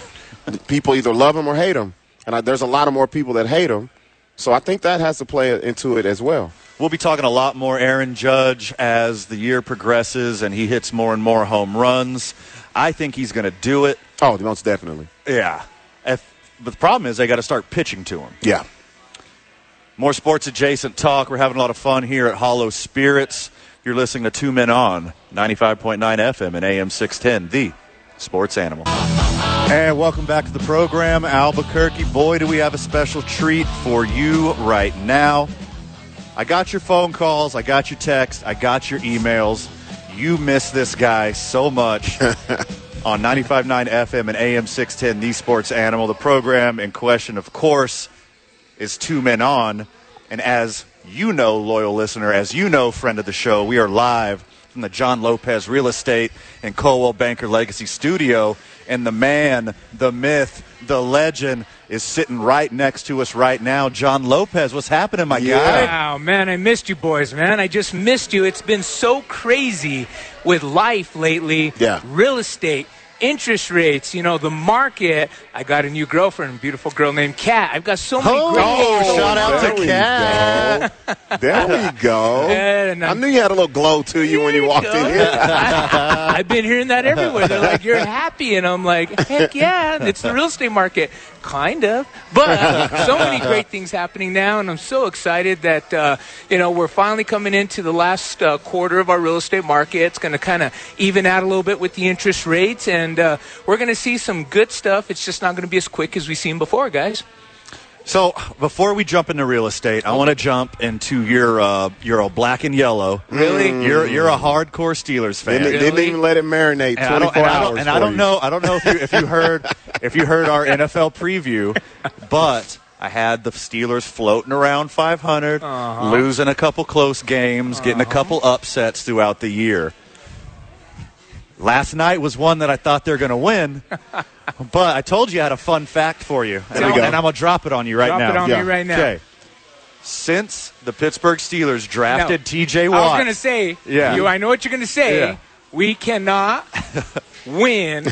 Speaker 2: people either love him or hate him, and I, there's a lot of more people that hate him. So I think that has to play into it as well.
Speaker 1: We'll be talking a lot more Aaron Judge as the year progresses and he hits more and more home runs. I think he's going to do it.
Speaker 2: Oh, most definitely.
Speaker 1: Yeah. If, but the problem is they got to start pitching to him.
Speaker 2: Yeah.
Speaker 1: More sports adjacent talk. We're having a lot of fun here at Hollow Spirits. You're listening to Two Men On 95.9 FM and AM 610, the sports animal. And welcome back to the program, Albuquerque. Boy, do we have a special treat for you right now. I got your phone calls, I got your text, I got your emails. You miss this guy so much on 95.9 FM and AM 610, the sports animal. The program in question, of course, is Two Men On. And as you know, loyal listener, as you know, friend of the show, we are live from the John Lopez Real Estate and Colwell Banker Legacy Studio. And the man, the myth, the legend is sitting right next to us right now. John Lopez, what's happening, my guy?
Speaker 5: Wow, man, I missed you boys, man. I just missed you. It's been so crazy with life lately.
Speaker 2: Yeah.
Speaker 5: Real estate, interest rates, you know, the market. I got a new girlfriend, a beautiful girl named Kat. I've got so many great
Speaker 1: Oh, shout out
Speaker 2: there
Speaker 1: to Kat.
Speaker 2: We go. There we go.
Speaker 5: And
Speaker 1: uh,
Speaker 2: I
Speaker 5: I'm-
Speaker 2: knew you had a little glow to you when you walked in here.
Speaker 5: I've been hearing that everywhere. They're like, "You're happy," and I'm like, "Heck yeah!" It's the real estate market, kind of. But so many great things happening now, and I'm so excited that uh, you know we're finally coming into the last uh, quarter of our real estate market. It's going to kind of even out a little bit with the interest rates, and uh, we're going to see some good stuff. It's just not going to be as quick as we've seen before, guys.
Speaker 1: So before we jump into real estate, I want to jump into your uh, your old black and yellow.
Speaker 5: Really?
Speaker 1: You're you're a hardcore Steelers fan.
Speaker 2: Didn't, didn't even let it
Speaker 1: And
Speaker 2: marinate 24
Speaker 1: I don't, and I
Speaker 2: hours.
Speaker 1: don't, and I
Speaker 2: for
Speaker 1: don't
Speaker 2: you.
Speaker 1: know. I don't know if you if you heard
Speaker 5: [laughs]
Speaker 1: if you heard our NFL preview, but I had the Steelers floating around 500,
Speaker 5: Uh-huh.
Speaker 1: losing a couple close games, getting a couple upsets throughout the year. Last night was one that I thought they're going to
Speaker 5: [laughs]
Speaker 1: win, but I told you I had a fun fact for you, and,
Speaker 2: we
Speaker 1: I'm,
Speaker 2: go.
Speaker 1: and I'm gonna drop it on you right
Speaker 5: Drop
Speaker 1: now.
Speaker 5: it on
Speaker 2: Yeah.
Speaker 5: me right now.
Speaker 1: Okay. Since the Pittsburgh Steelers drafted
Speaker 5: No.
Speaker 1: TJ
Speaker 5: I
Speaker 1: Watt.
Speaker 5: was going to say,
Speaker 1: Yeah.
Speaker 5: you, I know what you're going to say.
Speaker 1: Yeah. [laughs]
Speaker 5: We cannot win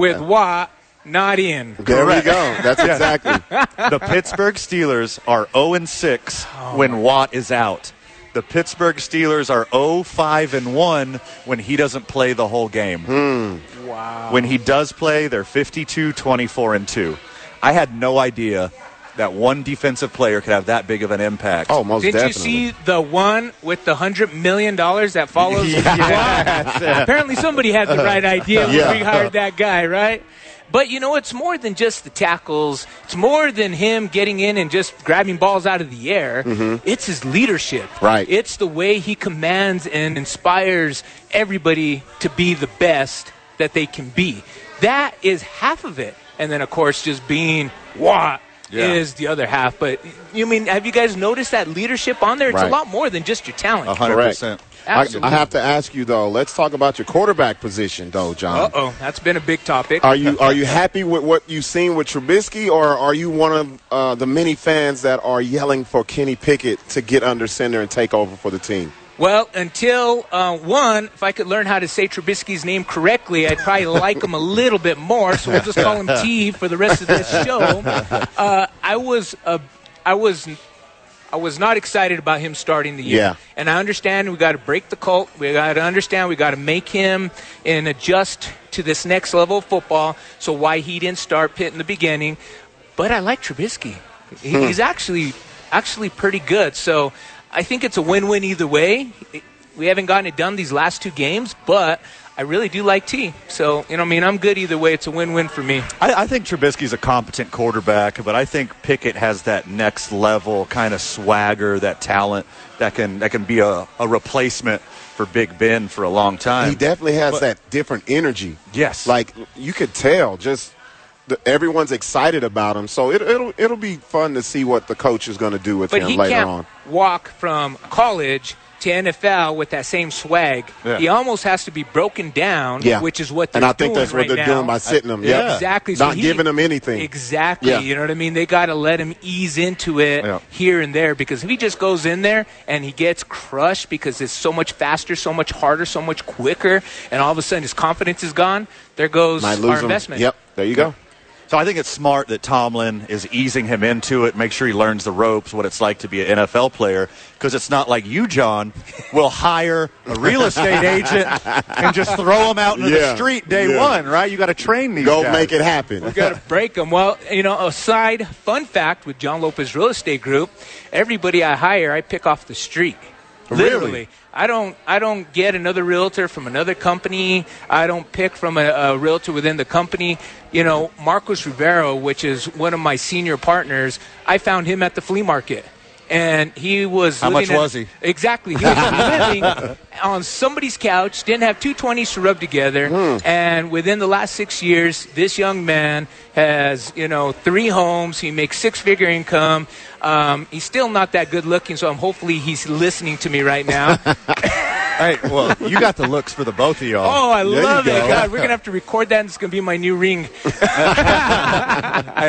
Speaker 5: with Watt not in.
Speaker 2: There we go. That's exactly.
Speaker 1: the Pittsburgh Steelers are 0 and 6 when Watt is out. The Pittsburgh Steelers are 0 5 and 1 when he doesn't play the whole game. Wow. When he does play, they're 52 24 and 2. I had no idea that one defensive player could have that big of an impact.
Speaker 2: Oh, most
Speaker 5: Didn't
Speaker 2: definitely.
Speaker 5: you see the one with the hundred million dollars
Speaker 2: [laughs]
Speaker 5: that follows? Watt? Apparently, somebody had the right idea when
Speaker 2: Uh, Yeah.
Speaker 5: we hired that guy, right? But you know, it's more than just the tackles. It's more than him getting in and just grabbing balls out of the air.
Speaker 2: Mm-hmm.
Speaker 5: It's his leadership.
Speaker 2: Right.
Speaker 5: It's the way he commands and inspires everybody to be the best that they can be. That is half of it. And then, of course, just being what is
Speaker 1: Yeah.
Speaker 5: the other half. But you mean, have you guys noticed that leadership on there? It's
Speaker 2: Right. Uh-huh.
Speaker 5: a lot more than just your talent.
Speaker 1: 100%.
Speaker 2: I,
Speaker 5: Absolutely.
Speaker 2: I have to ask you though. Let's talk about your quarterback position, though,
Speaker 5: Uh
Speaker 2: John.
Speaker 5: oh, that's been a big topic.
Speaker 2: Are you are you happy with what you've seen with Trubisky, or are you one of uh, the many fans that are yelling for Kenny Pickett to get under center and take over for the team?
Speaker 5: Well, until uh, one, if I could learn how to say Trubisky's name correctly,
Speaker 2: [laughs]
Speaker 5: I'd probably like him a little bit more. So we'll just call him T for the rest of this
Speaker 2: [laughs]
Speaker 5: show. Uh, I was, uh, I was, I was not excited about him starting the year.
Speaker 2: Yeah.
Speaker 5: And I understand we got to break the cult. We got to understand we got to make him and adjust to this next level of football. So why he didn't start Pitt in the beginning? But I like Trubisky. He, He's actually actually pretty good. So I think it's a win-win either way. We haven't gotten it done these last two games, but I really do like T. So you know, I mean, I'm good either way. It's a win-win for me.
Speaker 1: I, I think Trubisky's a competent quarterback, but I think Pickett has that next level kind of swagger, that talent that can that can be a, a replacement for Big Ben for a long time.
Speaker 2: He definitely has that different energy.
Speaker 1: Yes.
Speaker 2: Like you could tell just the, everyone's excited about him. So it, it'll it'll be fun to see what the coach is going to do with
Speaker 5: But
Speaker 2: him
Speaker 5: he
Speaker 2: later
Speaker 5: can't
Speaker 2: on.
Speaker 5: walk from college to NFL with that same swag.
Speaker 1: Yeah.
Speaker 5: He almost has to be broken down,
Speaker 2: Yeah,
Speaker 5: which is what they're
Speaker 2: and I think
Speaker 5: doing
Speaker 2: that's what
Speaker 5: right
Speaker 2: they're
Speaker 5: now. Uh,
Speaker 2: doing by sitting him.
Speaker 1: Yeah.
Speaker 2: Yeah,
Speaker 5: Exactly. So
Speaker 2: Not
Speaker 5: he-
Speaker 2: giving him anything.
Speaker 5: Exactly.
Speaker 2: Yeah.
Speaker 5: You know what I mean? They got to let him ease into it
Speaker 1: Yeah.
Speaker 5: here and there because if he just goes in there and he gets crushed because it's so much faster, so much harder, so much quicker, and all of a sudden his confidence is gone, there goes
Speaker 2: Might
Speaker 5: our
Speaker 2: lose him.
Speaker 5: investment.
Speaker 2: Yep. There you go.
Speaker 1: So I think it's smart that Tomlin is easing him into it, make sure he learns the ropes, what it's like to be an NFL player, because it's not like you, John, will hire a real
Speaker 2: [laughs]
Speaker 1: estate agent and just throw him out into
Speaker 2: Yeah,
Speaker 1: the street day
Speaker 2: yeah.
Speaker 1: one, right? You got to train these
Speaker 2: Go
Speaker 1: guys.
Speaker 2: make it happen.
Speaker 5: got to break them. Well, you know, a side fun fact with John Lopez Real Estate Group, everybody I hire, I pick off the street. Literally. I don't I don't get another realtor from another company. I don't pick from a, a realtor within the company. You know, Marcos Rivero, which is one of my senior partners, I found him at the flea market. And he was
Speaker 1: How
Speaker 5: living
Speaker 1: much
Speaker 5: in-
Speaker 1: was he?
Speaker 5: Exactly.
Speaker 1: [laughs]
Speaker 5: He was living on somebody's couch, didn't have two 20s to rub together,
Speaker 1: Hmm.
Speaker 5: and within the last six years, this young man has, you know, three homes. He makes six-figure income. Um, he's still not that good looking, so I'm hopefully he's listening to me
Speaker 1: [laughs]
Speaker 5: right now.
Speaker 1: Hey, well, you got the looks for the both of y'all.
Speaker 5: oh, I
Speaker 1: There you
Speaker 5: love it.
Speaker 1: go.
Speaker 5: God, we're going to have to record that, and it's going to be my
Speaker 1: [laughs]
Speaker 5: new ring.
Speaker 1: Hey,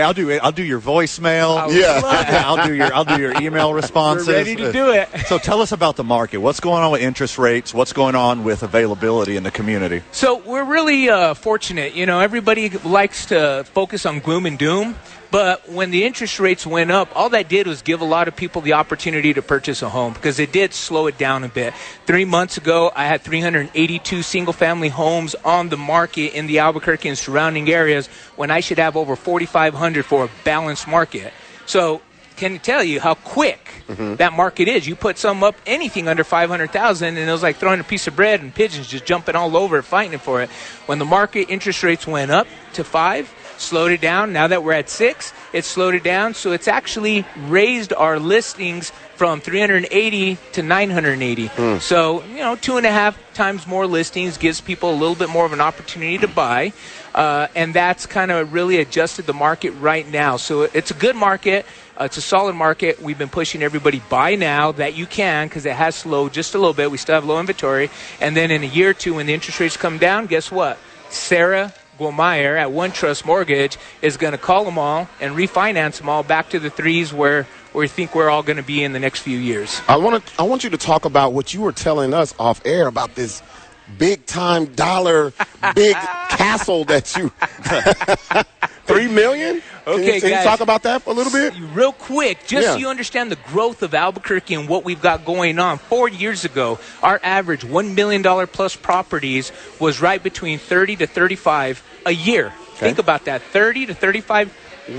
Speaker 1: I'll do it. I'll do your voicemail.
Speaker 2: Yeah.
Speaker 1: I'll do your I'll do your email responses.
Speaker 5: We're ready to do it.
Speaker 1: So tell us about the market. What's going on with interest rates? What's going on with availability in the community?
Speaker 5: So we're really uh, fortunate. You know, everybody likes to focus on gloom and doom, but when the interest rates went up, all that did was give a lot of people the opportunity to purchase a home because it did slow it down a bit. Three months ago, I had 382 single family homes on the market in the Albuquerque and surrounding areas when I should have over 4,500 for a balanced market. So can tell you how quick that market is. You put some up anything under 500,000 and it was like throwing a piece of bread and pigeons just jumping all over it, fighting for it. When the market interest rates went up to 5, slowed it down. Now that we're at 6, it slowed it down, so it's actually raised our listings from 380 to 980. So, you know, two and a half times more listings gives people a little bit more of an opportunity to buy. Uh, and that's kind of really adjusted the market right now. So it's a good market. Uh, it's a solid market. We've been pushing everybody buy now that you can because it has slowed just a little bit. We still have low inventory. And then in a year or two, when the interest rates come down, guess what? Sarah Guameyer at One Trust Mortgage is going to call them all and refinance them all back to the threes where we think we're all going to be in the next few years.
Speaker 2: I want to. I want you to talk about what you were telling us off air about this big time dollar big castle that you three million. Can
Speaker 5: Okay,
Speaker 2: you, can you
Speaker 5: guys.
Speaker 2: talk about that for a little bit?
Speaker 5: you real quick, just so
Speaker 2: Yeah.
Speaker 5: you understand the growth of Albuquerque and what we've got going on. Four years ago, our average one million dollar plus properties was right between thirty to thirty five a year. Think about that, thirty to thirty five.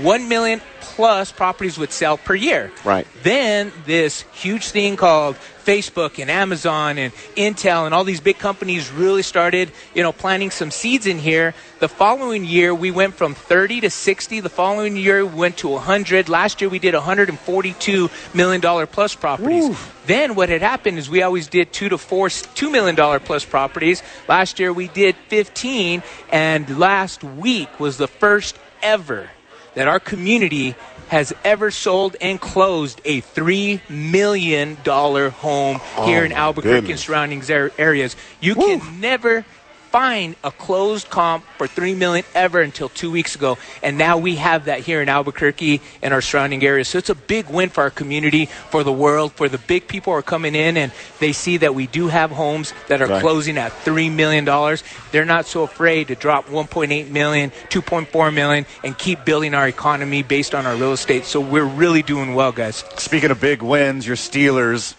Speaker 5: 1 million plus properties would sell per year.
Speaker 2: Right.
Speaker 5: Then this huge thing called Facebook and Amazon and Intel and all these big companies really started, you know, planting some seeds in here. The following year, we went from 30 to 60. The following year, we went to 100. Last year, we did 142 million dollar plus properties. Then what had happened is we always did two to four, s- two million dollar plus properties. Last year, we did 15, and last week was the first ever that our community has ever sold and closed a three million dollar home here in
Speaker 2: my
Speaker 5: Albuquerque and
Speaker 2: goodness.
Speaker 5: surrounding ar- areas. You can never find a closed comp for three million ever until two weeks ago, and now we have that here in Albuquerque and our surrounding areas. So it's a big win for our community, for the world, for the big people who are coming in and they see that we do have homes that are
Speaker 2: Right.
Speaker 5: closing at three million dollars. They're not so afraid to drop 1.8 million, 2.4 million, and keep building our economy based on our real estate. So we're really doing well, guys.
Speaker 1: Speaking of big wins, your Steelers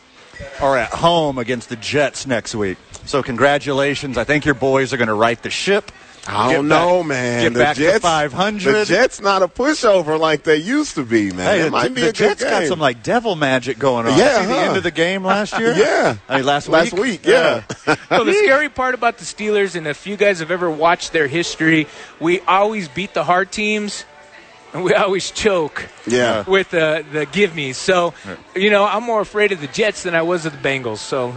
Speaker 1: are at home against the Jets next week. So congratulations. I think your boys are going to right the ship.
Speaker 2: I
Speaker 1: Get
Speaker 2: don't
Speaker 1: back-
Speaker 2: know, man.
Speaker 1: Get
Speaker 2: the
Speaker 1: back
Speaker 2: Jets,
Speaker 1: to 500.
Speaker 2: The Jets not a pushover like they used to be, man.
Speaker 1: Hey,
Speaker 2: it
Speaker 1: the,
Speaker 2: might be
Speaker 1: the
Speaker 2: a good
Speaker 1: Jets got
Speaker 2: game.
Speaker 1: some like devil magic going on.
Speaker 2: Yeah,
Speaker 1: See the
Speaker 2: huh?
Speaker 1: end of the game
Speaker 2: [laughs]
Speaker 1: last year.
Speaker 2: Yeah.
Speaker 1: I mean, last
Speaker 2: Last
Speaker 1: week.
Speaker 2: week, yeah.
Speaker 5: [laughs] So the scary part about the Steelers, and if you guys have ever watched their history, we always beat the hard teams and we always choke
Speaker 2: Yeah.
Speaker 5: with the the give me. So, you know, I'm more afraid of the Jets than I was of the Bengals. So,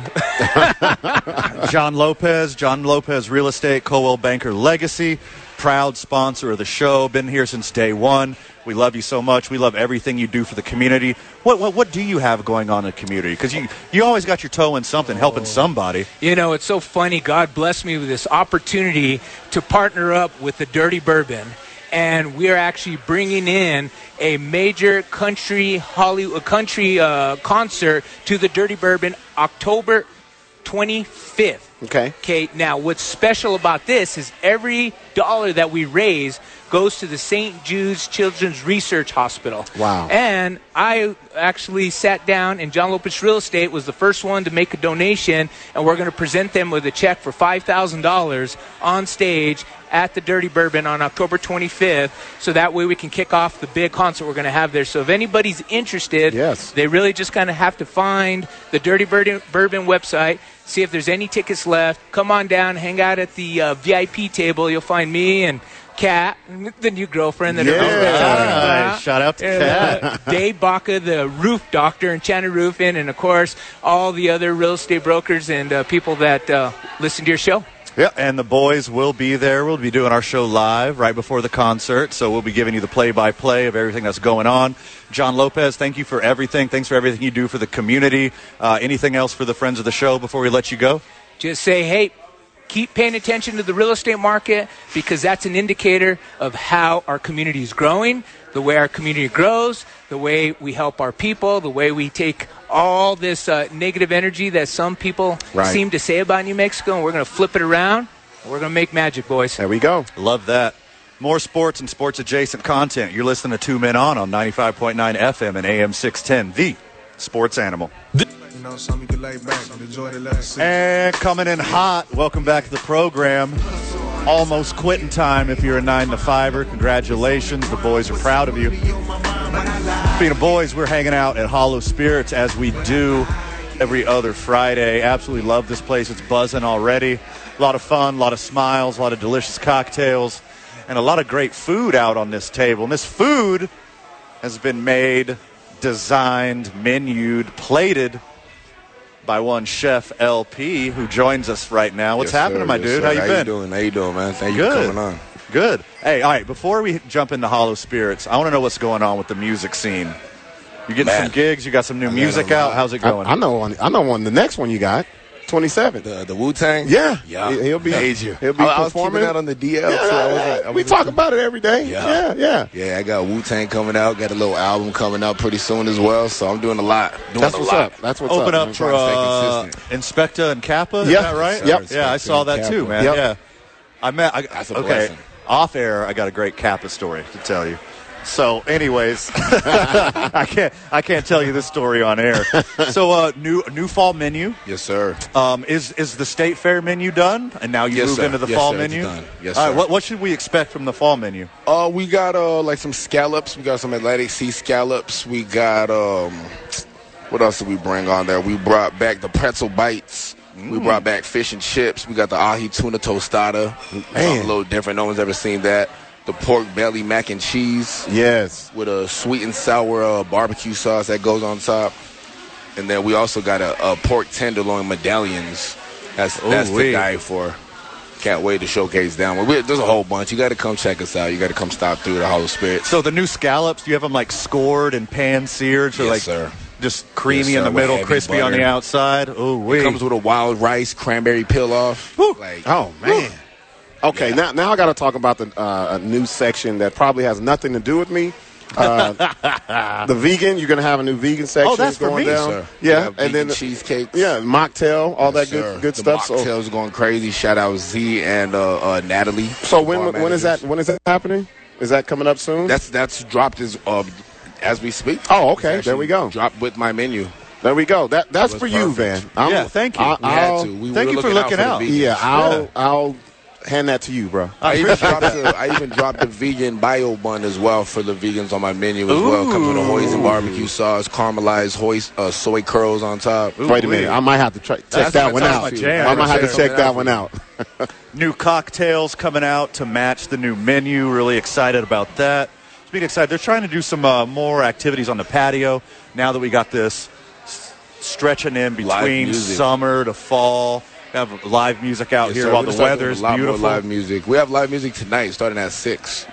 Speaker 1: John Lopez, John Lopez Real Estate, Colwell Banker Legacy, proud sponsor of the show. Been here since day one. We love you so much. We love everything you do for the community. What what, what do you have going on in the community? Because you you always got your toe in something, helping somebody.
Speaker 5: you know, it's so funny. God bless me with this opportunity to partner up with the Dirty Bourbon. And we're actually bringing in a major country Hollywood country uh, concert to the Dirty Bourbon October 25th.
Speaker 2: Okay.
Speaker 5: Okay, now what's special about this is every dollar that we raise goes to the St. Jude's Children's Research Hospital.
Speaker 2: Wow.
Speaker 5: And I actually sat down, and John Lopez Real Estate was the first one to make a donation, and we're going to present them with a check for $5,000 on stage at the Dirty Bourbon on October 25th, so that way we can kick off the big concert we're going to have there. So if anybody's interested,
Speaker 2: Yes.
Speaker 5: they really just kind of have to find the Dirty Bourbon, Bourbon website, see if there's any tickets left. Come on down, hang out at the uh, VIP table. You'll find me and Kat, the new girlfriend that
Speaker 2: Yeah.
Speaker 1: Nice. Shout out to Kat.
Speaker 5: Uh-huh. uh, Dave Baca, the roof doctor in China Roofing, and of course all the other real estate brokers and uh, people that uh, listen to your show.
Speaker 1: Yeah, and the boys will be there. We'll be doing our show live right before the concert, so we'll be giving you the play-by-play of everything that's going on. John Lopez, thank you for everything. Thanks for everything you do for the community. Uh, anything else for the friends of the show before we let you go?
Speaker 5: Just say, hey, keep paying attention to the real estate market because that's an indicator of how our community is growing, the way our community grows, the way we help our people, the way we take all this uh, negative energy that some people
Speaker 2: Right.
Speaker 5: seem to say about New Mexico, and we're going to flip it around. and We're going to make magic, boys.
Speaker 2: There we go.
Speaker 1: Love that. More sports and sports adjacent content. You're listening to Two Men On on 95.9 FM and AM 610, the sports animal.
Speaker 6: You know, something you can lay back and enjoy the last season.
Speaker 1: And coming in hot, welcome back to the program. Almost quitting time if you're a 9 to 5er. Congratulations. The boys are proud of you. Speaking of boys, we're hanging out at Hollow Spirits as we do every other Friday. Absolutely love this place. It's buzzing already. A lot of fun, a lot of smiles, a lot of delicious cocktails, and a lot of great food out on this table. And this food has been made, designed, menued, plated by one chef LP who joins us right now. What's
Speaker 7: Yes,
Speaker 1: happening,
Speaker 7: sir.
Speaker 1: my
Speaker 7: Yes,
Speaker 1: dude?
Speaker 7: sir.
Speaker 1: How you been?
Speaker 7: doing? How you doing, man? Thank you for
Speaker 1: Good.
Speaker 7: coming on.
Speaker 1: Good. Hey, all right. Before we jump into Hollow Spirits, I want to know what's going on with the music scene. You getting some
Speaker 7: Man.
Speaker 1: gigs? You got some new music
Speaker 7: gonna
Speaker 1: out?
Speaker 7: lie.
Speaker 1: How's it
Speaker 2: I,
Speaker 1: going?
Speaker 2: I know one. I know one. The next one you got, twenty seven.
Speaker 7: The, the Wu Tang.
Speaker 2: Yeah.
Speaker 7: yeah.
Speaker 2: He- he'll be-
Speaker 7: major.
Speaker 2: he'll be
Speaker 7: I, I was
Speaker 2: performing.
Speaker 7: keeping that on the DL. so I was like, I
Speaker 2: we
Speaker 7: was
Speaker 2: talk
Speaker 7: like-
Speaker 2: about it every day. Yeah,
Speaker 7: Yeah.
Speaker 2: yeah.
Speaker 7: Yeah, I got Wu Tang coming out. Got a little album coming out pretty soon as well. So I'm doing a lot. Doing
Speaker 2: That's
Speaker 7: a
Speaker 2: what's
Speaker 7: lot.
Speaker 2: up. That's what's
Speaker 1: Open
Speaker 2: up.
Speaker 1: up
Speaker 7: I'm
Speaker 1: for
Speaker 7: trying to stay
Speaker 1: uh, Inspecta and Kappa. Is
Speaker 2: Yeah.
Speaker 1: that right?
Speaker 2: Yep.
Speaker 1: Yeah, I saw that too, man.
Speaker 2: Yep.
Speaker 1: Yeah. I met. I,
Speaker 7: That's a
Speaker 1: okay.
Speaker 7: blessing.
Speaker 1: Off air, I got a great Kappa story to tell you. So,
Speaker 7: [laughs]
Speaker 1: anyways, [laughs] I can't. I can't tell you this story on air. So, uh, new new fall menu.
Speaker 7: Yes, sir.
Speaker 1: Um, is is the state fair menu done? And now you
Speaker 7: Yes,
Speaker 1: moved
Speaker 7: sir.
Speaker 1: into the
Speaker 7: Yes,
Speaker 1: fall
Speaker 7: sir, it's
Speaker 1: menu.
Speaker 7: done. Yes,
Speaker 1: All right.
Speaker 7: sir.
Speaker 1: What, what should we expect from the fall menu?
Speaker 7: Uh, we got uh like some scallops. We got some Atlantic sea scallops. We got um, what else did we bring on there? We brought back the pretzel bites. We brought back fish and chips. We got the ahi tuna tostada. Something a little different. No one's ever seen that. The pork belly mac and cheese
Speaker 2: Yes.
Speaker 7: with a sweet and sour uh, barbecue sauce that goes on top. And then we also got a, a pork tenderloin medallions. That's that's
Speaker 1: Ooh-wee.
Speaker 7: the guy for. Can't wait to showcase down. We, there's a whole bunch. You got to come check us out. You got to come stop through the Hollow Spirits.
Speaker 1: So the new scallops, do you have them like scored and pan seared, so
Speaker 7: Yes,
Speaker 1: like
Speaker 7: sir.
Speaker 1: just creamy
Speaker 7: Yes,
Speaker 1: in
Speaker 7: sir,
Speaker 1: the
Speaker 7: with
Speaker 1: middle,
Speaker 7: heavy
Speaker 1: crispy on the
Speaker 7: butter.
Speaker 1: outside? Oh,
Speaker 7: it
Speaker 1: we
Speaker 7: comes with a wild rice cranberry peel off.
Speaker 1: Whew.
Speaker 7: Like,
Speaker 2: Oh man. Okay, now now I got to talk about the uh, a new section that probably has nothing to do with me.
Speaker 7: [laughs]
Speaker 2: Uh, the vegan, you're gonna have a new vegan section
Speaker 7: Oh,
Speaker 1: that's for
Speaker 2: going
Speaker 1: me,
Speaker 2: down.
Speaker 7: sir.
Speaker 2: Yeah,
Speaker 7: We have
Speaker 2: and then
Speaker 7: vegan cheesecakes.
Speaker 2: Yeah, mocktail, all that
Speaker 7: Yes,
Speaker 2: good
Speaker 7: sir.
Speaker 2: good
Speaker 7: the
Speaker 2: stuff. So,
Speaker 7: Mocktails going crazy. Shout out Z and uh, uh, Natalie.
Speaker 2: so
Speaker 7: the
Speaker 2: when
Speaker 7: bar
Speaker 2: when is that
Speaker 7: managers.
Speaker 2: when is that happening? Is that coming up soon?
Speaker 7: That's that's dropped as uh, as we speak.
Speaker 2: Oh, okay. There
Speaker 7: It's actually
Speaker 2: we go.
Speaker 7: Dropped with my menu.
Speaker 2: there we go. That that's
Speaker 7: That
Speaker 2: for
Speaker 7: was
Speaker 2: you, Van.
Speaker 7: perfect.
Speaker 2: I'm,
Speaker 1: Yeah, thank you.
Speaker 2: I,
Speaker 7: We had
Speaker 2: I'll-
Speaker 7: to. We
Speaker 1: Oh, thank
Speaker 7: were
Speaker 1: you for looking out.
Speaker 7: out. For the vegans.
Speaker 2: Yeah, I'll I'll hand that to you, bro.
Speaker 1: [laughs]
Speaker 7: I even, dropped the, I even dropped the vegan bio bun as well for the vegans on my menu as well. Comes with a hoisin barbecue sauce, caramelized hoist, uh, soy curls on top.
Speaker 2: Wait a minute, I might have to try, check that
Speaker 7: my
Speaker 2: one
Speaker 7: top
Speaker 2: out.
Speaker 7: jam.
Speaker 2: I might have to
Speaker 7: Jam.
Speaker 2: check that one out.
Speaker 1: new cocktails coming out to match the new menu. Really excited about that. Speaking big excited. They're trying to do some uh, more activities on the patio now that we got this s- stretching in
Speaker 7: Live
Speaker 1: between
Speaker 7: music.
Speaker 1: summer to fall. We have live music out
Speaker 7: Yes,
Speaker 1: here
Speaker 7: sir.
Speaker 1: while
Speaker 7: We're
Speaker 1: the
Speaker 7: gonna start doing
Speaker 1: weather's
Speaker 7: a lot
Speaker 1: beautiful.
Speaker 7: More live music. We have live music tonight, starting at six,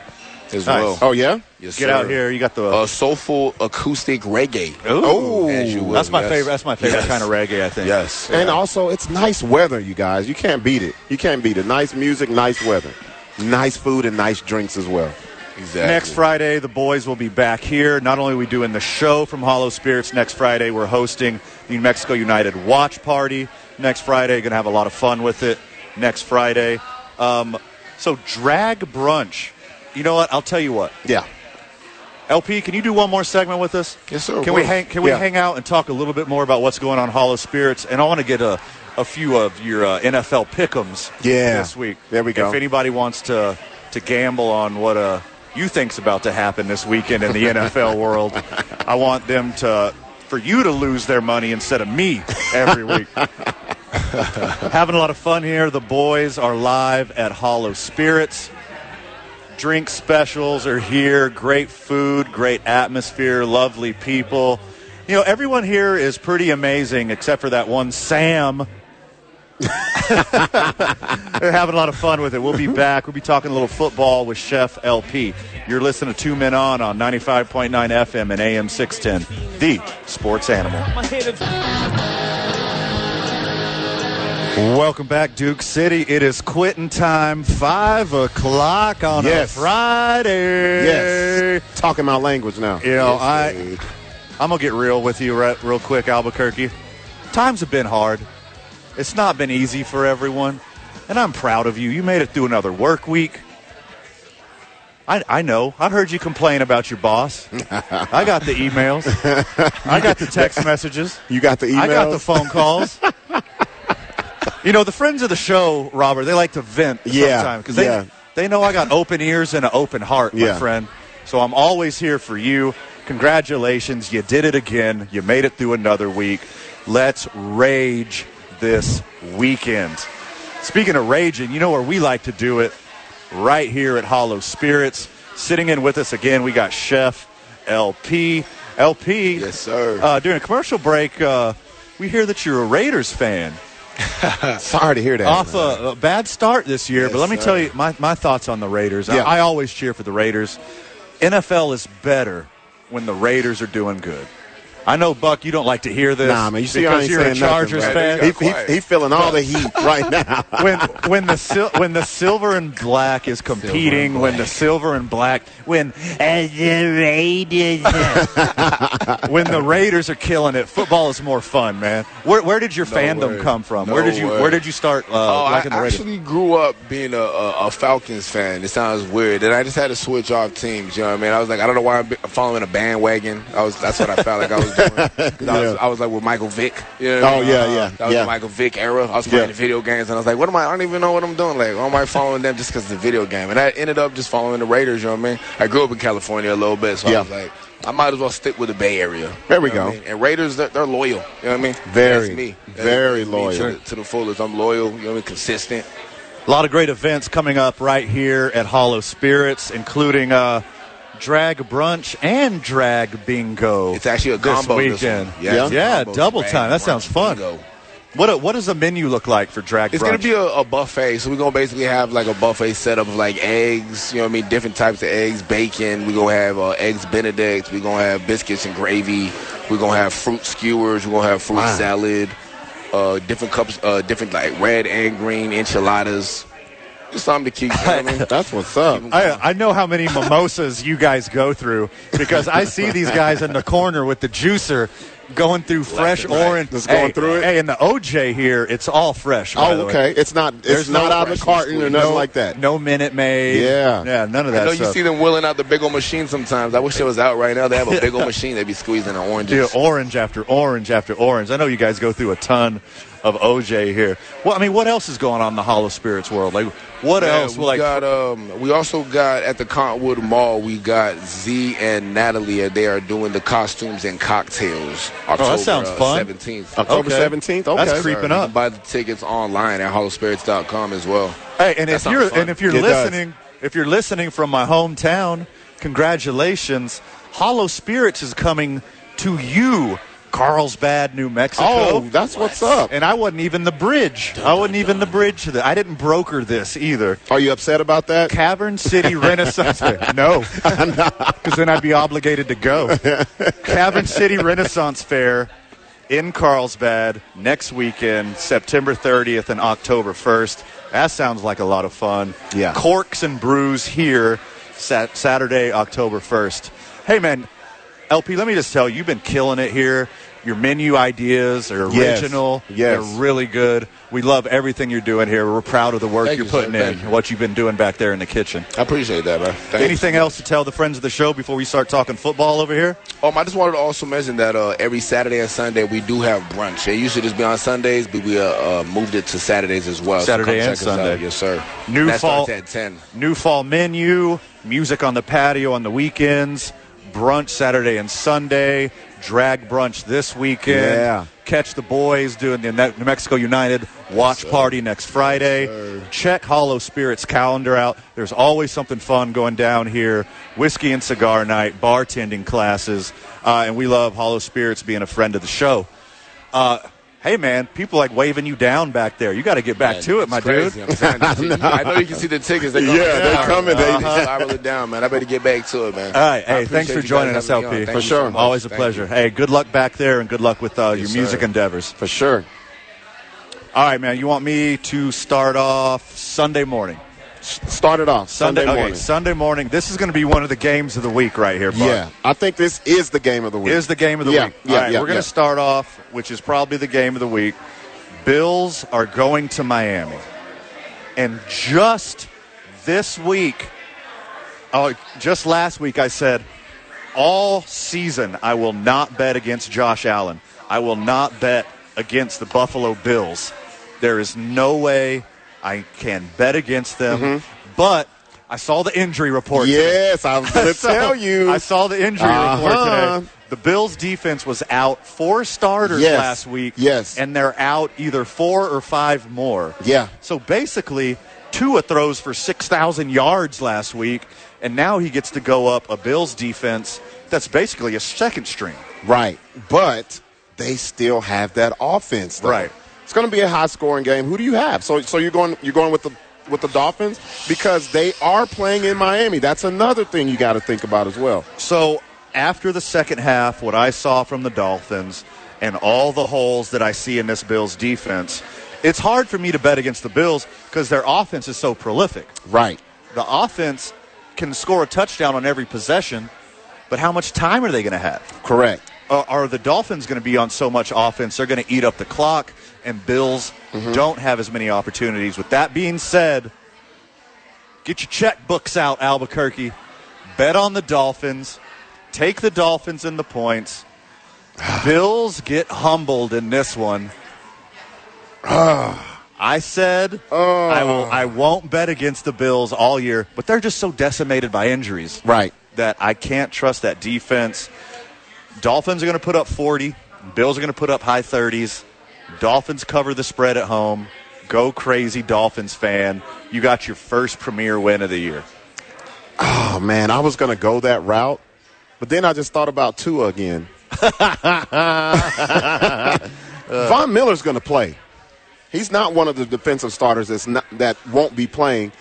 Speaker 1: Nice.
Speaker 7: as well.
Speaker 2: Oh yeah.
Speaker 7: Yes,
Speaker 1: Get
Speaker 7: sir.
Speaker 1: out here. You got the.
Speaker 7: Uh, soulful acoustic reggae.
Speaker 1: Ooh.
Speaker 7: Oh, as you will,
Speaker 1: that's my
Speaker 7: yes.
Speaker 1: favorite. That's my favorite
Speaker 7: Yes.
Speaker 1: kind of reggae. I think.
Speaker 7: Yes.
Speaker 2: And also, it's nice weather, you guys. You can't beat it. You can't beat it. Nice music, nice weather, nice food, and nice drinks as well.
Speaker 7: exactly.
Speaker 1: Next Friday, the boys will be back here. Not only are we doing the show from Hollow Spirits next Friday, we're hosting the New Mexico United Watch Party next Friday. Going to have a lot of fun with it next Friday. Um, so drag brunch. You know what? I'll tell you what.
Speaker 2: Yeah.
Speaker 1: LP, can you do one more segment with us?
Speaker 7: Yes, sir, of
Speaker 1: Can we
Speaker 7: course.
Speaker 1: hang? Can we
Speaker 2: Yeah.
Speaker 1: hang out and talk a little bit more about what's going on Hollow Spirits? And I want to get a, a few of your uh, NFL pickums.
Speaker 2: Yeah.
Speaker 1: This week.
Speaker 2: There we go.
Speaker 1: If anybody wants to to gamble on what uh, you think's about to happen this weekend in the NFL world, I want them to for you to lose their money instead of me every week. [laughs] Having a lot of fun here. The boys are live at Hollow Spirits drink specials are here. Great food, great atmosphere, lovely people. You know, everyone here is pretty amazing except for that one Sam. They're having a lot of fun with it. We'll be back. We'll be talking a little football with Chef LP. You're listening to Two Men On on 95.9 FM and AM 610, the sports animal. Welcome back, Duke City. It is quitting time, 5 o'clock on
Speaker 2: Yes.
Speaker 1: a Friday.
Speaker 2: Yes. Talking my language now.
Speaker 1: You know, I, I'm going to get real with you right, real quick, Albuquerque. Times have been hard. It's not been easy for everyone. And I'm proud of you. You made it through another work week. I, I know. I heard you complain about your boss. I got the emails. I got the text messages.
Speaker 2: You got the email.
Speaker 1: I got the phone calls. you know, the friends of the show, Robert, they like to vent
Speaker 2: Yeah,
Speaker 1: sometimes because they,
Speaker 2: yeah.
Speaker 1: they know I got open ears and an open heart, my
Speaker 2: Yeah.
Speaker 1: friend. So I'm always here for you. Congratulations. You did it again. You made it through another week. Let's rage this weekend. Speaking of raging, you know where we like to do it? Right here at Hollow Spirits. Sitting in with us again, we got Chef LP. LP.
Speaker 7: Yes, sir.
Speaker 1: Uh, during a commercial break, uh, we hear that you're a Raiders fan.
Speaker 2: Sorry to hear that.
Speaker 1: Off
Speaker 2: man.
Speaker 1: a, a bad start this year, but
Speaker 7: Yes,
Speaker 1: let me
Speaker 7: sir.
Speaker 1: tell you my, my thoughts on the Raiders.
Speaker 2: Yeah.
Speaker 1: I, I always cheer for the Raiders. NFL is better when the Raiders are doing good. I know, Buck, you don't like to hear this
Speaker 2: Nah, man. You see,
Speaker 1: because
Speaker 2: I ain't
Speaker 1: you're a
Speaker 2: saying nothing,
Speaker 1: Chargers fan.
Speaker 2: man.
Speaker 7: He
Speaker 2: He, he, he feeling all the heat right now.
Speaker 1: [laughs]
Speaker 2: [laughs]
Speaker 1: when when the sil- when the silver and black is competing, when the silver and black, when
Speaker 4: And the Raiders.
Speaker 1: [laughs] when the Raiders are killing it, football is more fun, man. Where where did your fandom
Speaker 7: way.
Speaker 1: come from?
Speaker 7: No
Speaker 1: where did you
Speaker 7: way.
Speaker 1: where did you start uh,
Speaker 7: Oh, I
Speaker 1: liking the Raiders?
Speaker 7: actually grew up being a, a, a Falcons fan. It sounds weird, and I just had to switch off teams. You know what I mean? I was like, I don't know why I'm b- following a bandwagon. I was that's what I felt like
Speaker 2: [laughs]
Speaker 7: I was doing. 'Cause I, was, I was like with Michael Vick. You know what I
Speaker 2: Oh,
Speaker 7: mean?
Speaker 2: yeah,
Speaker 7: Uh,
Speaker 2: yeah,
Speaker 7: That was
Speaker 2: yeah.
Speaker 7: the Michael Vick era. I was playing
Speaker 2: Yeah.
Speaker 7: the video games, and I was like, what am I? I don't even know what I'm doing. Like, why am I following them just because the video game? And I ended up just following the Raiders. You know what I mean? I grew up in California a little bit, so
Speaker 2: Yeah.
Speaker 7: I was like. I might as well stick with the Bay Area.
Speaker 2: There we
Speaker 7: You know
Speaker 2: go.
Speaker 7: what I mean? And Raiders, they're, they're loyal. You know what I mean?
Speaker 2: Very,
Speaker 7: That's me. That's-
Speaker 2: very
Speaker 7: that's me
Speaker 2: loyal.
Speaker 7: to the- to the fullest. I'm loyal. You know, what I mean? consistent.
Speaker 1: A lot of great events coming up right here at Hollow Spirits, including uh, drag brunch and drag bingo.
Speaker 7: It's actually a combo
Speaker 1: this
Speaker 7: this
Speaker 1: weekend.
Speaker 7: one.
Speaker 2: Yeah.
Speaker 7: it's a
Speaker 1: Yeah,
Speaker 7: combo.
Speaker 1: double
Speaker 7: Drag
Speaker 1: time. That
Speaker 7: brunch
Speaker 1: sounds fun.
Speaker 7: bingo.
Speaker 1: What a, what does the menu look like for drag
Speaker 7: It's
Speaker 1: brunch?
Speaker 7: gonna be a, a buffet, so we're gonna basically have like a buffet setup of like eggs, you know what I mean? Different types of eggs, bacon. We're gonna have uh, eggs Benedict. We're gonna have biscuits and gravy. We're gonna have fruit skewers. We're gonna have fruit salad. Uh, different cups, uh, different like red and green enchiladas. Just something to keep. You know what
Speaker 1: [laughs]
Speaker 7: I mean?
Speaker 2: That's what's up.
Speaker 1: I, I know how many mimosas you guys go through because I see these guys in the corner with the juicer going through fresh
Speaker 7: and right.
Speaker 1: orange.
Speaker 2: Just going
Speaker 1: hey,
Speaker 2: through it?
Speaker 1: Hey, and the OJ here, it's all fresh. by the
Speaker 2: Oh,
Speaker 1: way.
Speaker 2: okay. It's not. It's
Speaker 1: There's
Speaker 2: not
Speaker 1: no
Speaker 2: out of the
Speaker 7: fresh
Speaker 2: carton or
Speaker 7: squeeze.
Speaker 2: nothing
Speaker 1: No-
Speaker 2: like that.
Speaker 1: No Minute Maid.
Speaker 2: Yeah.
Speaker 1: Yeah, none of that
Speaker 7: I know you
Speaker 1: stuff.
Speaker 7: see them wheeling out the big old machine sometimes. I wish it was out right now. They have a big [laughs] old machine. They be squeezing the oranges.
Speaker 1: Yeah, orange after orange after orange. I know you guys go through a ton of OJ here. Well, I mean, what else is going on in the Hollow Spirits world? Like, what
Speaker 7: Yeah,
Speaker 1: else?
Speaker 7: We
Speaker 1: like,
Speaker 7: got um. We also got at the Cottonwood Mall. We got Z and Natalie. They are doing the costumes and cocktails. October, uh,
Speaker 1: sounds fun.
Speaker 7: Seventeenth.
Speaker 2: October
Speaker 1: Okay.
Speaker 2: seventeenth. Okay.
Speaker 1: That's creeping
Speaker 7: You
Speaker 1: up.
Speaker 7: can buy the tickets online at hollowspirits.com as well.
Speaker 1: hey, and
Speaker 7: that
Speaker 1: if
Speaker 7: sounds
Speaker 1: you're
Speaker 7: fun.
Speaker 1: and if you're
Speaker 2: It does.
Speaker 1: listening, if you're listening from my hometown, Congratulations. Hollow Spirits is coming to you, Carlsbad, New Mexico.
Speaker 2: Oh, that's what's up.
Speaker 1: And I wasn't even the bridge. I wasn't even the bridge to that. I didn't broker this either.
Speaker 2: Are you upset about that?
Speaker 1: Cavern City Renaissance
Speaker 2: [laughs]
Speaker 1: Fair. No, because then I'd be obligated to go. Cavern City Renaissance Fair in Carlsbad next weekend, September 30th and October 1st. That sounds like a lot of fun.
Speaker 2: Yeah.
Speaker 1: Corks and brews here sat- Saturday, October 1st. Hey, man, LP, let me just tell you, you've been killing it here. Your menu ideas are
Speaker 2: Yes.
Speaker 1: original.
Speaker 2: Yes.
Speaker 1: They're really good. We love everything you're doing here. We're proud of the work
Speaker 7: Thank
Speaker 1: you're
Speaker 7: you, sir.
Speaker 1: putting in,
Speaker 7: Thank you.
Speaker 1: what you've been doing back there in the kitchen.
Speaker 7: I appreciate that, man. Thank you.
Speaker 1: Anything else to tell the friends of the show before we start talking football over here?
Speaker 7: Um, I just wanted to also mention that uh, every Saturday and Sunday we do have brunch. It used to just be on Sundays, but we uh, uh, moved it to Saturdays as well.
Speaker 1: Saturday
Speaker 7: come
Speaker 1: and
Speaker 7: check us out.
Speaker 1: Sunday.
Speaker 7: yes, sir.
Speaker 1: New
Speaker 7: that
Speaker 1: fall-
Speaker 7: starts at ten.
Speaker 1: New fall menu, music on the patio on the weekends, brunch Saturday and Sunday, drag brunch this weekend.
Speaker 2: Yeah.
Speaker 1: Catch the boys doing the Ne- New Mexico United watch party next Friday. Check Hollow Spirits calendar out. There's always something fun going down here. Whiskey and cigar night, bartending classes, uh, and we love Hollow Spirits being a friend of the show. Uh, hey man, people like waving you down back there. You got to get back to it, my
Speaker 7: It's crazy.
Speaker 1: dude.
Speaker 7: I'm
Speaker 1: [laughs]
Speaker 7: telling you. I know you can see the tickets. They're
Speaker 2: Yeah, they're coming. They-
Speaker 7: They spiral it down, man. I better get back to it, man.
Speaker 1: All right.
Speaker 7: I
Speaker 1: Hey, thanks
Speaker 7: appreciate
Speaker 1: for
Speaker 7: you guys
Speaker 1: joining us,
Speaker 7: having me on.
Speaker 1: LP.
Speaker 7: Thank you so much.
Speaker 1: Always a
Speaker 7: Thank
Speaker 1: pleasure.
Speaker 7: you.
Speaker 1: Hey, good luck back there and good luck with uh, your music
Speaker 7: sir.
Speaker 1: endeavors.
Speaker 2: For sure.
Speaker 1: All right, man. You want me to start off Sunday morning?
Speaker 2: Start it off Sunday,
Speaker 1: okay,
Speaker 2: morning.
Speaker 1: Sunday morning. This is going to be one of the games of the week right here, Bud.
Speaker 2: yeah, I think this is the game of the week.
Speaker 1: Is the game of the
Speaker 2: Yeah,
Speaker 1: week.
Speaker 2: yeah,
Speaker 1: All right,
Speaker 2: yeah,
Speaker 1: we're going to
Speaker 2: yeah.
Speaker 1: start off, which is probably the game of the week. Bills are going to Miami. And just this week, oh, just last week, I said, all season, I will not bet against Josh Allen. I will not bet against the Buffalo Bills. There is no way I can bet against them.
Speaker 2: Mm-hmm.
Speaker 1: But I saw the injury report. today.
Speaker 2: Yes, I was going [laughs]
Speaker 1: [laughs]
Speaker 2: to
Speaker 1: So,
Speaker 2: tell you.
Speaker 1: I saw the injury
Speaker 2: Uh-huh.
Speaker 1: report today. The Bills' defense was out four starters
Speaker 2: Yes.
Speaker 1: last week.
Speaker 2: Yes.
Speaker 1: And they're out either four or five more.
Speaker 2: Yeah.
Speaker 1: So basically, Tua throws for 6,000 yards last week, and now he gets to go up a Bills' defense that's basically a second string.
Speaker 2: Right. But they still have that offense. though.
Speaker 1: Right.
Speaker 2: It's going to be a high scoring game. Who do you have? So so you're going you're going with the with the Dolphins because they are playing in Miami. That's another thing you got to think about as well.
Speaker 1: So after the second half, what I saw from the Dolphins and all the holes that I see in this Bills defense, it's hard for me to bet against the Bills because their offense is so prolific.
Speaker 2: Right.
Speaker 1: The offense can score a touchdown on every possession, but how much time are they going to have?
Speaker 2: Correct.
Speaker 1: Are, are the Dolphins going to be on so much offense they're going to eat up the clock, and Bills don't have as many opportunities? With that being said, get your checkbooks out, Albuquerque. Bet on the Dolphins. Take the Dolphins in the points. Bills get humbled in this one. [sighs] I said I will. I won't bet against the Bills all year, but they're just so decimated by injuries
Speaker 2: Right.
Speaker 1: that I can't trust that defense. Dolphins are going to put up 40. Bills are going to put up high 30s. Dolphins cover the spread at home. Go crazy, Dolphins fan. You got your first premier win of the year.
Speaker 2: Oh man, I was going to go that route, but then I just thought about Tua again. Von Miller's going to play. He's not one of the defensive starters that's not, that won't be playing.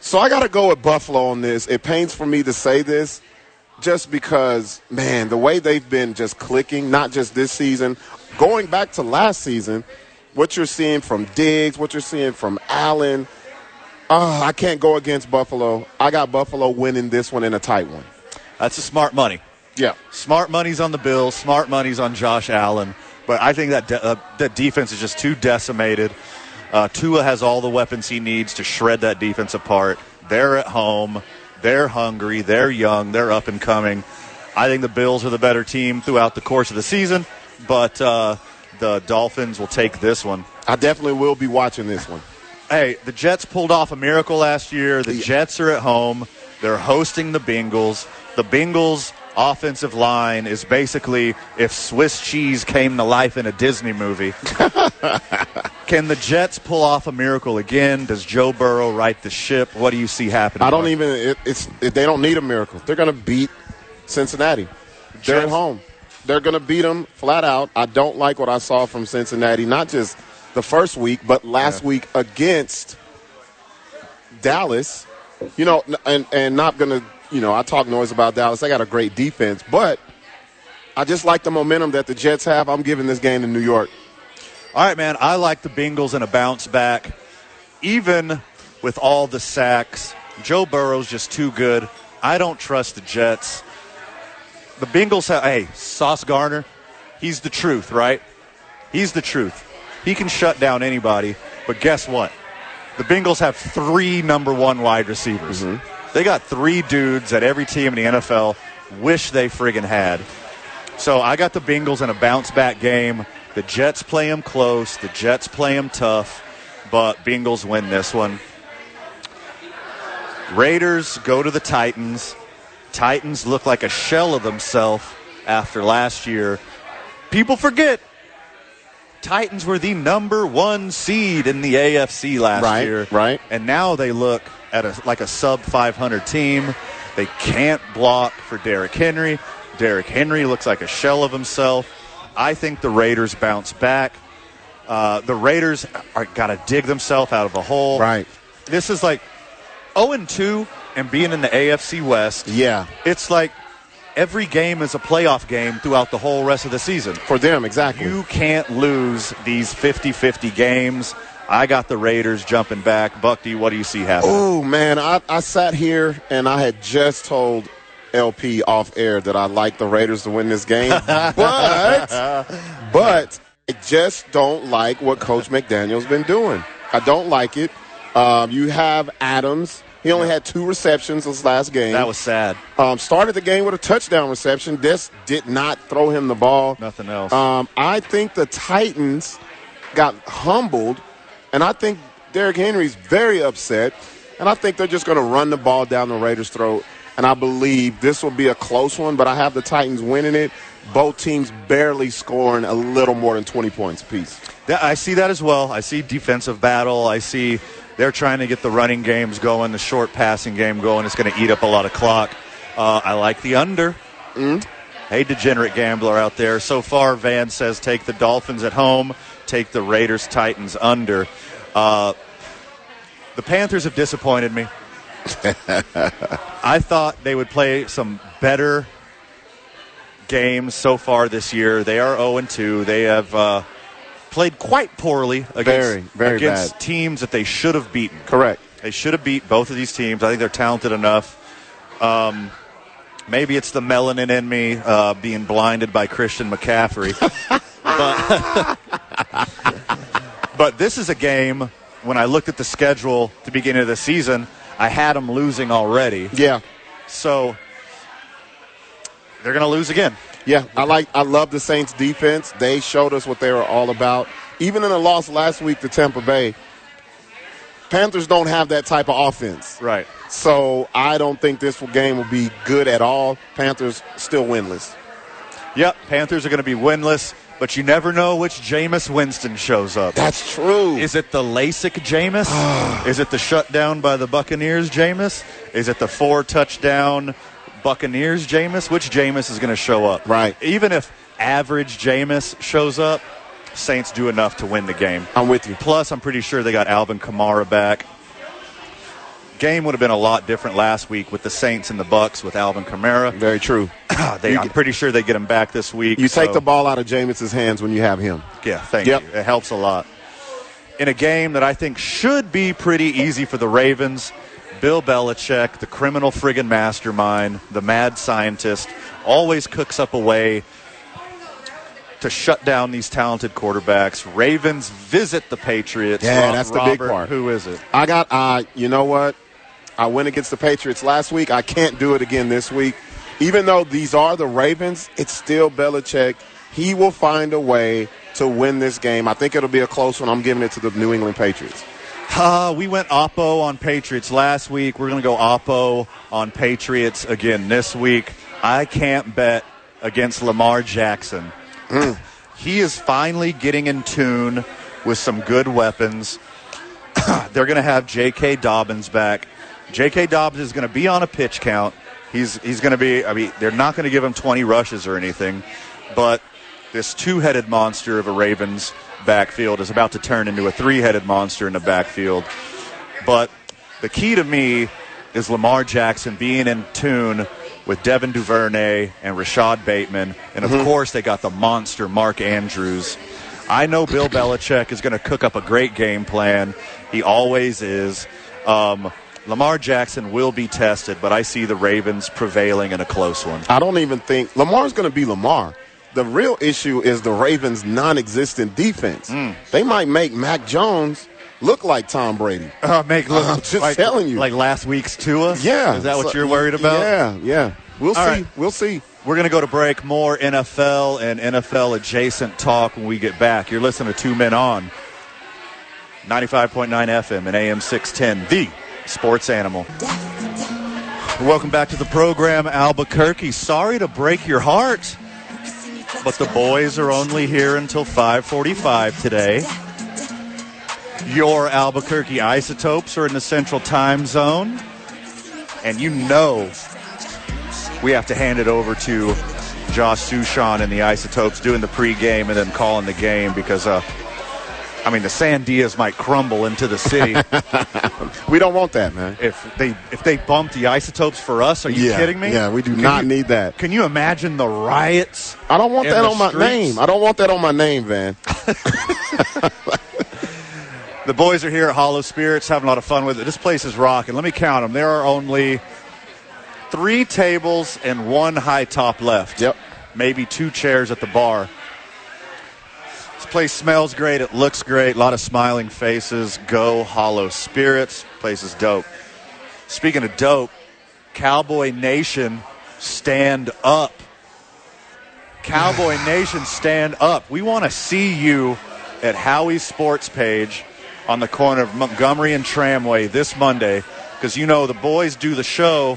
Speaker 2: So I got to go with Buffalo on this. It pains for me to say this just because, man, the way they've been just clicking, not just this season, going back to last season, what you're seeing from Diggs, what you're seeing from Allen, uh, I can't go against Buffalo. I got Buffalo winning this one in a tight one.
Speaker 1: That's a smart money.
Speaker 2: Yeah.
Speaker 1: Smart money's on the Bills. Smart money's on Josh Allen. But I think that de- uh, that defense is just too decimated. Uh, Tua has all the weapons he needs to shred that defense apart. They're at home. They're hungry. They're young. They're up and coming. I think the Bills are the better team throughout the course of the season, but uh, the Dolphins will take this one.
Speaker 2: I definitely will be watching this one.
Speaker 1: Hey, the Jets pulled off a miracle last year. The Jets are at home. They're hosting the Bengals. The Bengals offensive line is basically if Swiss cheese came to life in a Disney
Speaker 2: [laughs]
Speaker 1: movie. Can the Jets pull off a miracle again? Does Joe Burrow right the ship? What do you see happening?
Speaker 2: I don't
Speaker 1: Mark?
Speaker 2: even. It, it's it, they don't need a miracle. They're going to beat Cincinnati. They're at
Speaker 1: Just-
Speaker 2: home. They're going to beat them flat out. I don't like what I saw from Cincinnati. Not just the first week, but last week against Dallas. You know, n- and and not going to. You know, I talk noise about Dallas. They got a great defense, but I just like the momentum that the Jets have. I'm giving this game to New York.
Speaker 1: All right, man. I like the Bengals in a bounce back. Even with all the sacks, Joe Burrow's just too good. I don't trust the Jets. The Bengals have, hey, Sauce Garner, he's the truth, right? He's the truth. He can shut down anybody, but guess what? The Bengals have three number one wide receivers. They got three dudes that every team in the NFL wish they friggin' had. So I got the Bengals in a bounce back game. The Jets play them close. The Jets play them tough, but Bengals win this one. Raiders go to the Titans. Titans look like a shell of themselves after last year. People forget Titans were the number one seed in the AFC last
Speaker 2: Right,
Speaker 1: year.
Speaker 2: right.
Speaker 1: And now they look at a, like a sub 500 team. They can't block for Derrick Henry. Derrick Henry looks like a shell of himself. I think the Raiders bounce back. Uh, the Raiders are got to dig themselves out of a hole.
Speaker 2: Right.
Speaker 1: This is like 0 and 2 and being in the AFC West.
Speaker 2: Yeah,
Speaker 1: It's like every game is a playoff game throughout the whole rest of the season.
Speaker 2: for them exactly.
Speaker 1: You can't lose these 50 50 games. I got the Raiders jumping back. Bucky, what do you see happening?
Speaker 2: Oh man, I, I sat here and I had just told LP off air that I like the Raiders to win
Speaker 1: [laughs]
Speaker 2: this game, but but I just don't like what Coach McDaniel's been doing. I don't like it. Um, you have Adams. He only had two receptions this last game.
Speaker 1: That was sad.
Speaker 2: Um, started the game with a touchdown reception. This did not throw him the ball.
Speaker 1: Nothing else.
Speaker 2: Um, I think the Titans got humbled, and I think Derrick Henry's very upset, and I think they're just going to run the ball down the Raiders' throat. And I believe this will be a close one, but I have the Titans winning it. Both teams barely scoring a little more than 20 points apiece.
Speaker 1: That- I see that as well. I see defensive battle. I see they're trying to get the running games going, the short passing game going. It's going to eat up a lot of clock. Uh, I like the under. Hey, degenerate gambler out there. So far, Van says take the Dolphins at home, take the Raiders Titans under. Uh, the Panthers have disappointed
Speaker 2: [laughs]
Speaker 1: me. I thought they would play some better games so far this year. They are 0 2. They have uh, played quite poorly against,
Speaker 2: Very, very
Speaker 1: against
Speaker 2: bad.
Speaker 1: teams that they should have beaten.
Speaker 2: Correct.
Speaker 1: They should have beat both of these teams. I think they're talented enough. Um, maybe it's the melanin in me uh, being blinded by Christian McCaffrey. but, but this is a game, when I looked at the schedule at the beginning of the season, I had them losing already.
Speaker 2: Yeah,
Speaker 1: So they're going to lose again.
Speaker 2: Yeah, I like I love the Saints defense. They showed us what they were all about. Even in a loss last week to Tampa Bay, Panthers don't have that type of offense.
Speaker 1: Right.
Speaker 2: So I don't think this game will be good at all. Panthers still winless.
Speaker 1: Yep, Panthers are going to be winless, but you never know which Jameis Winston shows up.
Speaker 2: That's true.
Speaker 1: Is it the LASIK
Speaker 2: [sighs]
Speaker 1: Jameis? Is it the shutdown by the Buccaneers Jameis? Is it the four touchdown Buccaneers Jameis? Which Jameis is going to show up?
Speaker 2: Right.
Speaker 1: Even if average Jameis shows up, Saints do enough to win the game.
Speaker 2: I'm with you.
Speaker 1: Plus, I'm pretty sure they got Alvin Kamara back. Game would have been a lot different last week with the Saints and the Bucks with Alvin Kamara.
Speaker 2: Very true.
Speaker 1: Uh, They, I'm pretty sure they get him back this week.
Speaker 2: You take
Speaker 1: so-
Speaker 2: the ball out of Jameis's hands when you have him.
Speaker 1: yeah, thank
Speaker 2: Yep.
Speaker 1: you. It helps a lot. In a game that I think should be pretty easy for the Ravens, Bill Belichick, the criminal friggin' mastermind, the mad scientist, always cooks up a way to shut down these talented quarterbacks. Ravens visit the Patriots.
Speaker 2: Yeah,
Speaker 1: Rob-
Speaker 2: that's the big
Speaker 1: Robert,
Speaker 2: part.
Speaker 1: Who is it?
Speaker 2: I got uh, you know what? I went against the Patriots last week. I can't do it again this week. Even though these are the Ravens, it's still Belichick. He will find a way to win this game. I think it'll be a close one. I'm giving it to the New England Patriots.
Speaker 1: Uh, we went Oppo on Patriots last week. We're going to go Oppo on Patriots again this week. I can't bet against Lamar Jackson. [sighs] He is finally getting in tune with some good weapons. They're going to have J.K. Dobbins back. J.K. Dobbins is going to be on a pitch count. He's he's going to be. I mean, they're not going to give him 20 rushes or anything, but this two-headed monster of a Ravens backfield is about to turn into a three-headed monster in the backfield. But the key to me is Lamar Jackson being in tune with Devin Duvernay and Rashad Bateman. And
Speaker 2: Mm-hmm.
Speaker 1: of course, they got the monster Mark Andrews. I know
Speaker 2: [clears throat]
Speaker 1: Bill Belichick is going to cook up a great game plan. He always is. Um, Lamar Jackson will be tested, but I see the Ravens prevailing in a close one.
Speaker 2: I don't even think Lamar's going to be Lamar. The real issue is the Ravens' non-existent defense.
Speaker 1: Mm.
Speaker 2: They might make Mac Jones look like Tom Brady.
Speaker 1: Uh, make look,
Speaker 2: I'm just telling you.
Speaker 1: like last week's Tua.
Speaker 2: Yeah,
Speaker 1: [laughs] is that what
Speaker 2: So-
Speaker 1: you're worried about?
Speaker 2: Yeah, yeah. We'll
Speaker 1: All
Speaker 2: see.
Speaker 1: right.
Speaker 2: We'll see.
Speaker 1: We're going to go to break. More NFL and NFL adjacent talk when we get back. You're listening to Two Men On 95.9 FM and AM 610, the sports animal. Welcome back to the program, Albuquerque. Sorry to break your heart, but the boys are only here until 545 today. Your Albuquerque isotopes are in the central time zone, and you know we have to hand it over to Josh Sushan and the Isotopes doing the pregame and then calling the game because, uh, I mean, the Sandias might crumble into the
Speaker 2: [laughs]
Speaker 1: city
Speaker 2: We don't want that, man.
Speaker 1: if they if they bump the Isotopes for us. Are you
Speaker 2: yeah,
Speaker 1: kidding me?
Speaker 2: Yeah, we do
Speaker 1: Can
Speaker 2: not
Speaker 1: you-
Speaker 2: need that.
Speaker 1: Can you imagine the riots?
Speaker 2: I don't want
Speaker 1: in
Speaker 2: that
Speaker 1: the
Speaker 2: on my
Speaker 1: streets?
Speaker 2: name. I don't want that on my name, man.
Speaker 1: The boys are here at Hollow Spirits having a lot of fun with it. This place is rocking. Let me count them. There are only three tables and one high top left.
Speaker 2: Yep.
Speaker 1: Maybe two chairs at the bar. This place smells great. It looks great. A lot of smiling faces. Go Hollow Spirits. Place is dope. Speaking of dope, Cowboy Nation, stand up. Cowboy Nation, stand up. We want to see you at Howie's Sports Page on the corner of Montgomery and Tramway this Monday because you know the boys do the show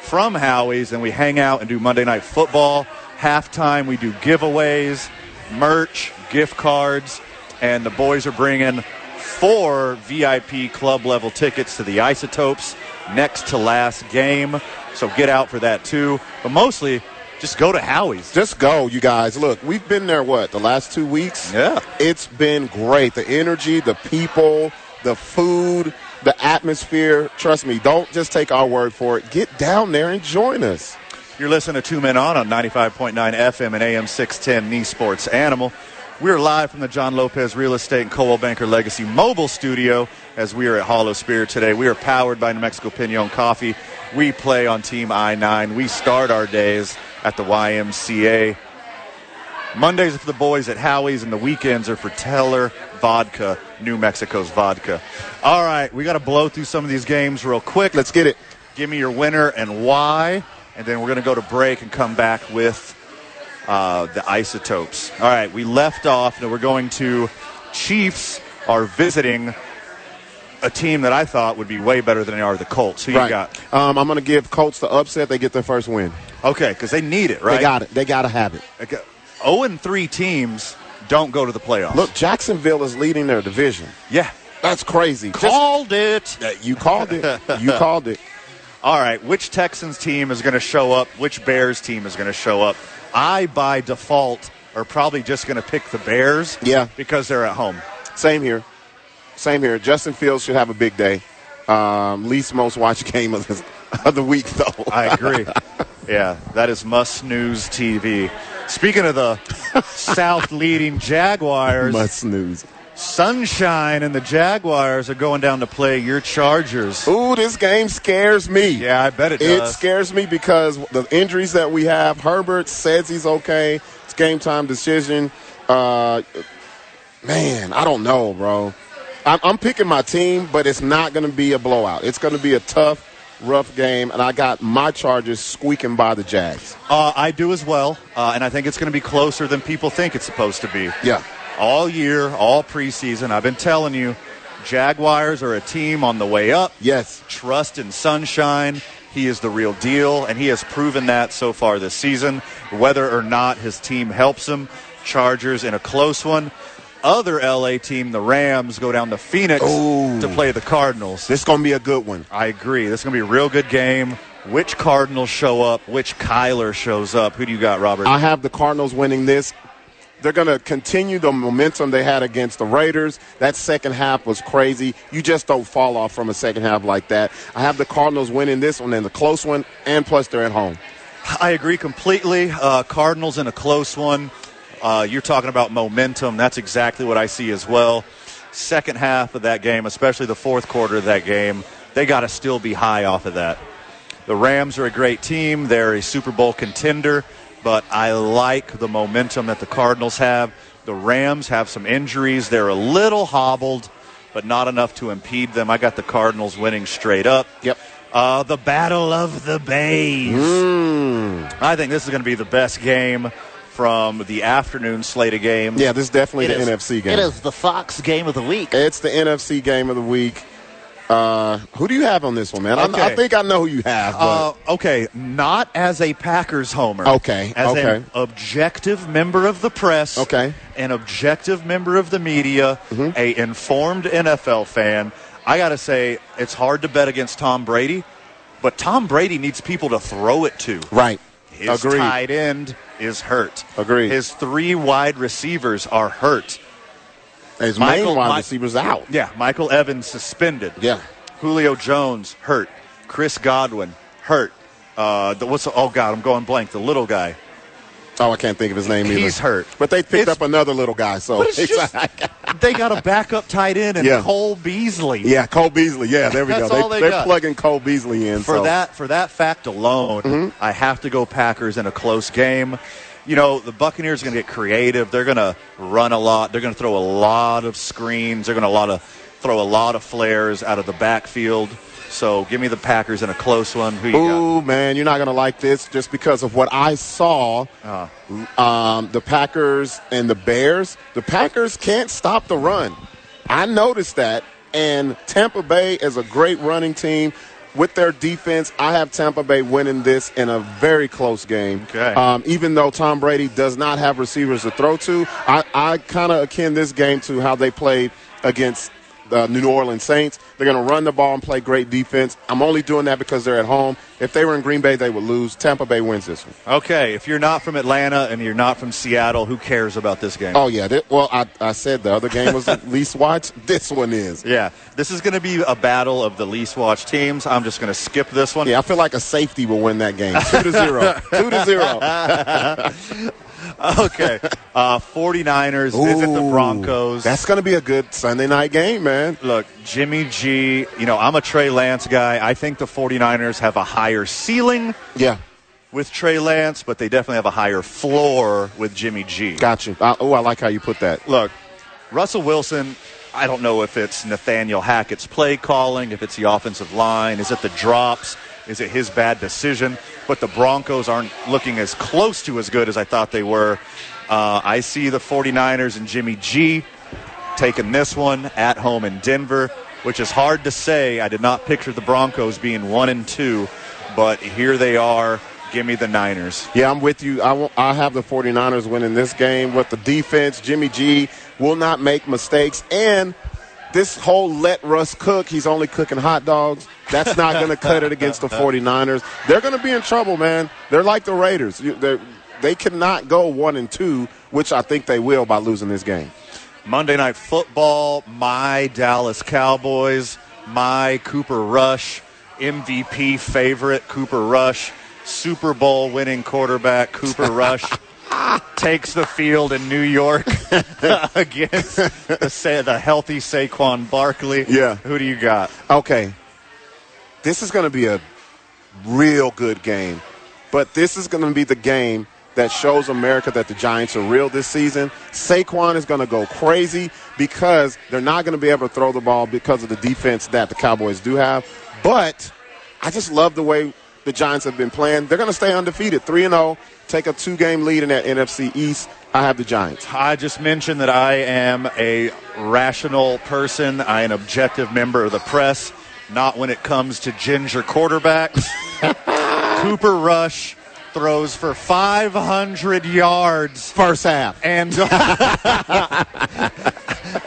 Speaker 1: from Howie's and we hang out and do Monday Night Football. Halftime, we do giveaways, merch, gift cards, and the boys are bringing four VIP club level tickets to the Isotopes next to last game. So get out for that too. But mostly, just go to Howie's.
Speaker 2: Just go, you guys. Look, we've been there, what, the last two weeks?
Speaker 1: Yeah.
Speaker 2: It's been great. The energy, the people, the food, the atmosphere. Trust me, don't just take our word for it. Get down there and join us.
Speaker 1: You're listening to Two Men On on 95.9 FM and AM 610 Knee Sports Animal. We're live from the John Lopez Real Estate and Coldwell Banker Legacy Mobile Studio as we are at Hollow Spirit today. We are powered by New Mexico Pinon Coffee. We play on Team I 9. We start our days at the YMCA. Mondays are for the boys at Howie's, and the weekends are for Teller Vodka, New Mexico's vodka. All right, we got to blow through some of these games real quick.
Speaker 2: Let's get it.
Speaker 1: Give me your winner and why, and then we're going to go to break and come back with uh, the isotopes. All right, we left off. Now we're going to Chiefs are visiting a team that I thought would be way better than they are the Colts. Who you got?
Speaker 2: Um, I'm going to give Colts the upset. They get their first win.
Speaker 1: Okay, because they need it, right?
Speaker 2: They got it. They got to have it.
Speaker 1: Okay. Zero and three teams don't go to the playoffs.
Speaker 2: Look, Jacksonville is leading their division.
Speaker 1: yeah,
Speaker 2: That's crazy. Just-
Speaker 1: called it.
Speaker 2: you called it.
Speaker 1: [laughs]
Speaker 2: You called it.
Speaker 1: All right, which Texans team is going to show up? Which Bears team is going to show up? I, by default, are probably just going to pick the Bears.
Speaker 2: Yeah.
Speaker 1: Because they're at home.
Speaker 2: Same here. Same here. Justin Fields should have a big day. Um, least most watched [laughs] game of the, of the week, though.
Speaker 1: I
Speaker 2: [laughs]
Speaker 1: agree. yeah, that is must snooze TV. Speaking of the South leading Jaguars,
Speaker 2: Must snooze.
Speaker 1: Sunshine and the Jaguars are going down to play your Chargers.
Speaker 2: Ooh, this game scares me.
Speaker 1: Yeah, I bet it
Speaker 2: It
Speaker 1: does.
Speaker 2: scares me because the injuries that we have. Herbert says he's okay. It's game time decision. Uh, man, I don't know, bro. I'm, I'm picking my team, but it's not going to be a blowout. It's going to be a tough, rough game, and I got my Chargers squeaking by the Jags.
Speaker 1: Uh, I do as well, uh, and I think it's going to be closer than people think it's supposed to be.
Speaker 2: Yeah.
Speaker 1: All year, all preseason, I've been telling you, Jaguars are a team on the way up.
Speaker 2: Yes.
Speaker 1: Trust in sunshine. He is the real deal, and he has proven that so far this season. Whether or not his team helps him, Chargers in a close one. Other LA team, the Rams, go down to Phoenix
Speaker 2: Ooh.
Speaker 1: to play the Cardinals.
Speaker 2: This going to be a good one.
Speaker 1: I agree. This is going to be a real good game. Which Cardinals show up? Which Kyler shows up? Who do you got, Robert?
Speaker 2: I have the Cardinals winning this. They're going to continue the momentum they had against the Raiders. That second half was crazy. You just don't fall off from a second half like that. I have the Cardinals winning this one and the close one, and plus they're at home.
Speaker 1: I agree completely. Uh, Cardinals in a close one. Uh, you're talking about momentum. That's exactly what I see as well. Second half of that game, especially the fourth quarter of that game, they got to still be high off of that. The Rams are a great team. They're a Super Bowl contender, but I like the momentum that the Cardinals have. The Rams have some injuries. They're a little hobbled, but not enough to impede them. I got the Cardinals winning straight up.
Speaker 2: Yep.
Speaker 1: Uh, the Battle of the Bays. I think this is going to be the best game from the afternoon slate of games.
Speaker 2: Yeah, this is definitely
Speaker 4: It
Speaker 2: the
Speaker 4: is-
Speaker 2: NFC game.
Speaker 4: It is the Fox game of the week.
Speaker 2: It's the NFC game of the week. Uh, who do you have on this one, man? I, I
Speaker 1: Okay.
Speaker 2: think I know who you have. But
Speaker 1: Uh, okay, not as a Packers homer.
Speaker 2: Okay,
Speaker 1: As
Speaker 2: okay.
Speaker 1: an objective member of the press.
Speaker 2: Okay. Mm-hmm.
Speaker 1: An objective member of the media. A informed NFL fan. I got to say, it's hard to bet against Tom Brady, but Tom Brady needs people to throw it to.
Speaker 2: right.
Speaker 1: His
Speaker 2: Agreed.
Speaker 1: tight end is hurt.
Speaker 2: Agreed.
Speaker 1: His three wide receivers are hurt.
Speaker 2: His
Speaker 1: Michael-
Speaker 2: main wide
Speaker 1: Mi-
Speaker 2: receiver's out.
Speaker 1: Yeah, Michael Evans suspended.
Speaker 2: Yeah.
Speaker 1: Julio Jones hurt. Chris Godwin hurt. Uh, the, what's the, oh God, I'm going blank. The little guy.
Speaker 2: Oh, I can't think of his name either.
Speaker 1: He's hurt.
Speaker 2: But they picked
Speaker 1: It's-
Speaker 2: up another little guy. So
Speaker 1: But it's just they got a backup tight end and
Speaker 2: [laughs] Yeah.
Speaker 1: Cole Beasley.
Speaker 2: yeah, Cole Beasley. Yeah,
Speaker 1: [laughs]
Speaker 2: there we
Speaker 1: That's
Speaker 2: go.
Speaker 1: all they
Speaker 2: are
Speaker 1: got.
Speaker 2: plugging Cole Beasley in
Speaker 1: For
Speaker 2: so. Mm-hmm.
Speaker 1: that for that fact alone, I have to go Packers in a close game. You know, the Buccaneers are going to get creative. They're going to run a lot. They're going to throw a lot of screens. They're going to a lot of throw a lot of flares out of the backfield. So give me the Packers in a close one. Who you got?
Speaker 2: Ooh, man, you're not gonna like this just because of what I saw.
Speaker 1: Uh-huh.
Speaker 2: Um, the Packers and the Bears. The Packers can't stop the run. I noticed that, and Tampa Bay is a great running team. With their defense, I have Tampa Bay winning this in a very close game.
Speaker 1: Okay.
Speaker 2: Um, even though Tom Brady does not have receivers to throw to, I, I kind of akin this game to how they played against the New Orleans Saints. They're going to run the ball and play great defense. I'm only doing that because they're at home. If they were in Green Bay, they would lose. Tampa Bay wins this one.
Speaker 1: Okay, if you're not from Atlanta and you're not from Seattle, who cares about this game?
Speaker 2: Oh, yeah. that- well, I, I said the other game
Speaker 1: [laughs]
Speaker 2: was the least watched. This one is.
Speaker 1: Yeah, this is going to be a battle of the least watched teams. I'm just going to skip this one.
Speaker 2: Yeah, I feel like a safety will win that game. Two to zero. Two to zero.
Speaker 1: [laughs] Okay. Uh, 49ers visit the
Speaker 2: Ooh,
Speaker 1: Broncos.
Speaker 2: That's going to be a good Sunday night game, man.
Speaker 1: Look, Jimmy G, you know, I'm a Trey Lance guy. I think the 49ers have a higher ceiling
Speaker 2: Yeah.
Speaker 1: with Trey Lance, but they definitely have a higher floor with Jimmy G.
Speaker 2: Got you. I, oh, I like how you put that.
Speaker 1: Look, Russell Wilson, I don't know if it's Nathaniel Hackett's play calling, if it's the offensive line, is it the drops, is it his bad decision, but the Broncos aren't looking as close to as good as I thought they were. Uh, I see the 49ers and Jimmy G taking this one at home in Denver, which is hard to say. I did not picture the Broncos being one and two, but here they are. Give me the Niners.
Speaker 2: Yeah, I'm with you. I, will, I have the 49ers winning this game with the defense. Jimmy G will not make mistakes. And this whole let Russ cook, he's only cooking hot dogs. That's not going to cut it against the 49ers. They're going to be in trouble, man. They're like the Raiders. You- They they cannot go one and two, which I think they will by losing this game.
Speaker 1: Monday Night Football, my Dallas Cowboys, my Cooper Rush, MVP favorite Cooper Rush, Super Bowl winning quarterback Cooper Rush takes the field in New York [laughs] against the, Sa- the healthy Saquon Barkley.
Speaker 2: Yeah.
Speaker 1: Who do you got?
Speaker 2: Okay. This is going to be a real good game, but this is going to be the game that shows America that the Giants are real this season. Saquon is going to go crazy because they're not going to be able to throw the ball because of the defense that the Cowboys do have. But I just love the way the Giants have been playing. They're going to stay undefeated, 3 and 0, take a two-game lead in that NFC East. I have the Giants.
Speaker 1: I just mentioned that I am a rational person. I am an objective member of the press, not when it comes to ginger quarterbacks. Cooper Rush throws for 500 yards
Speaker 2: First half.
Speaker 1: and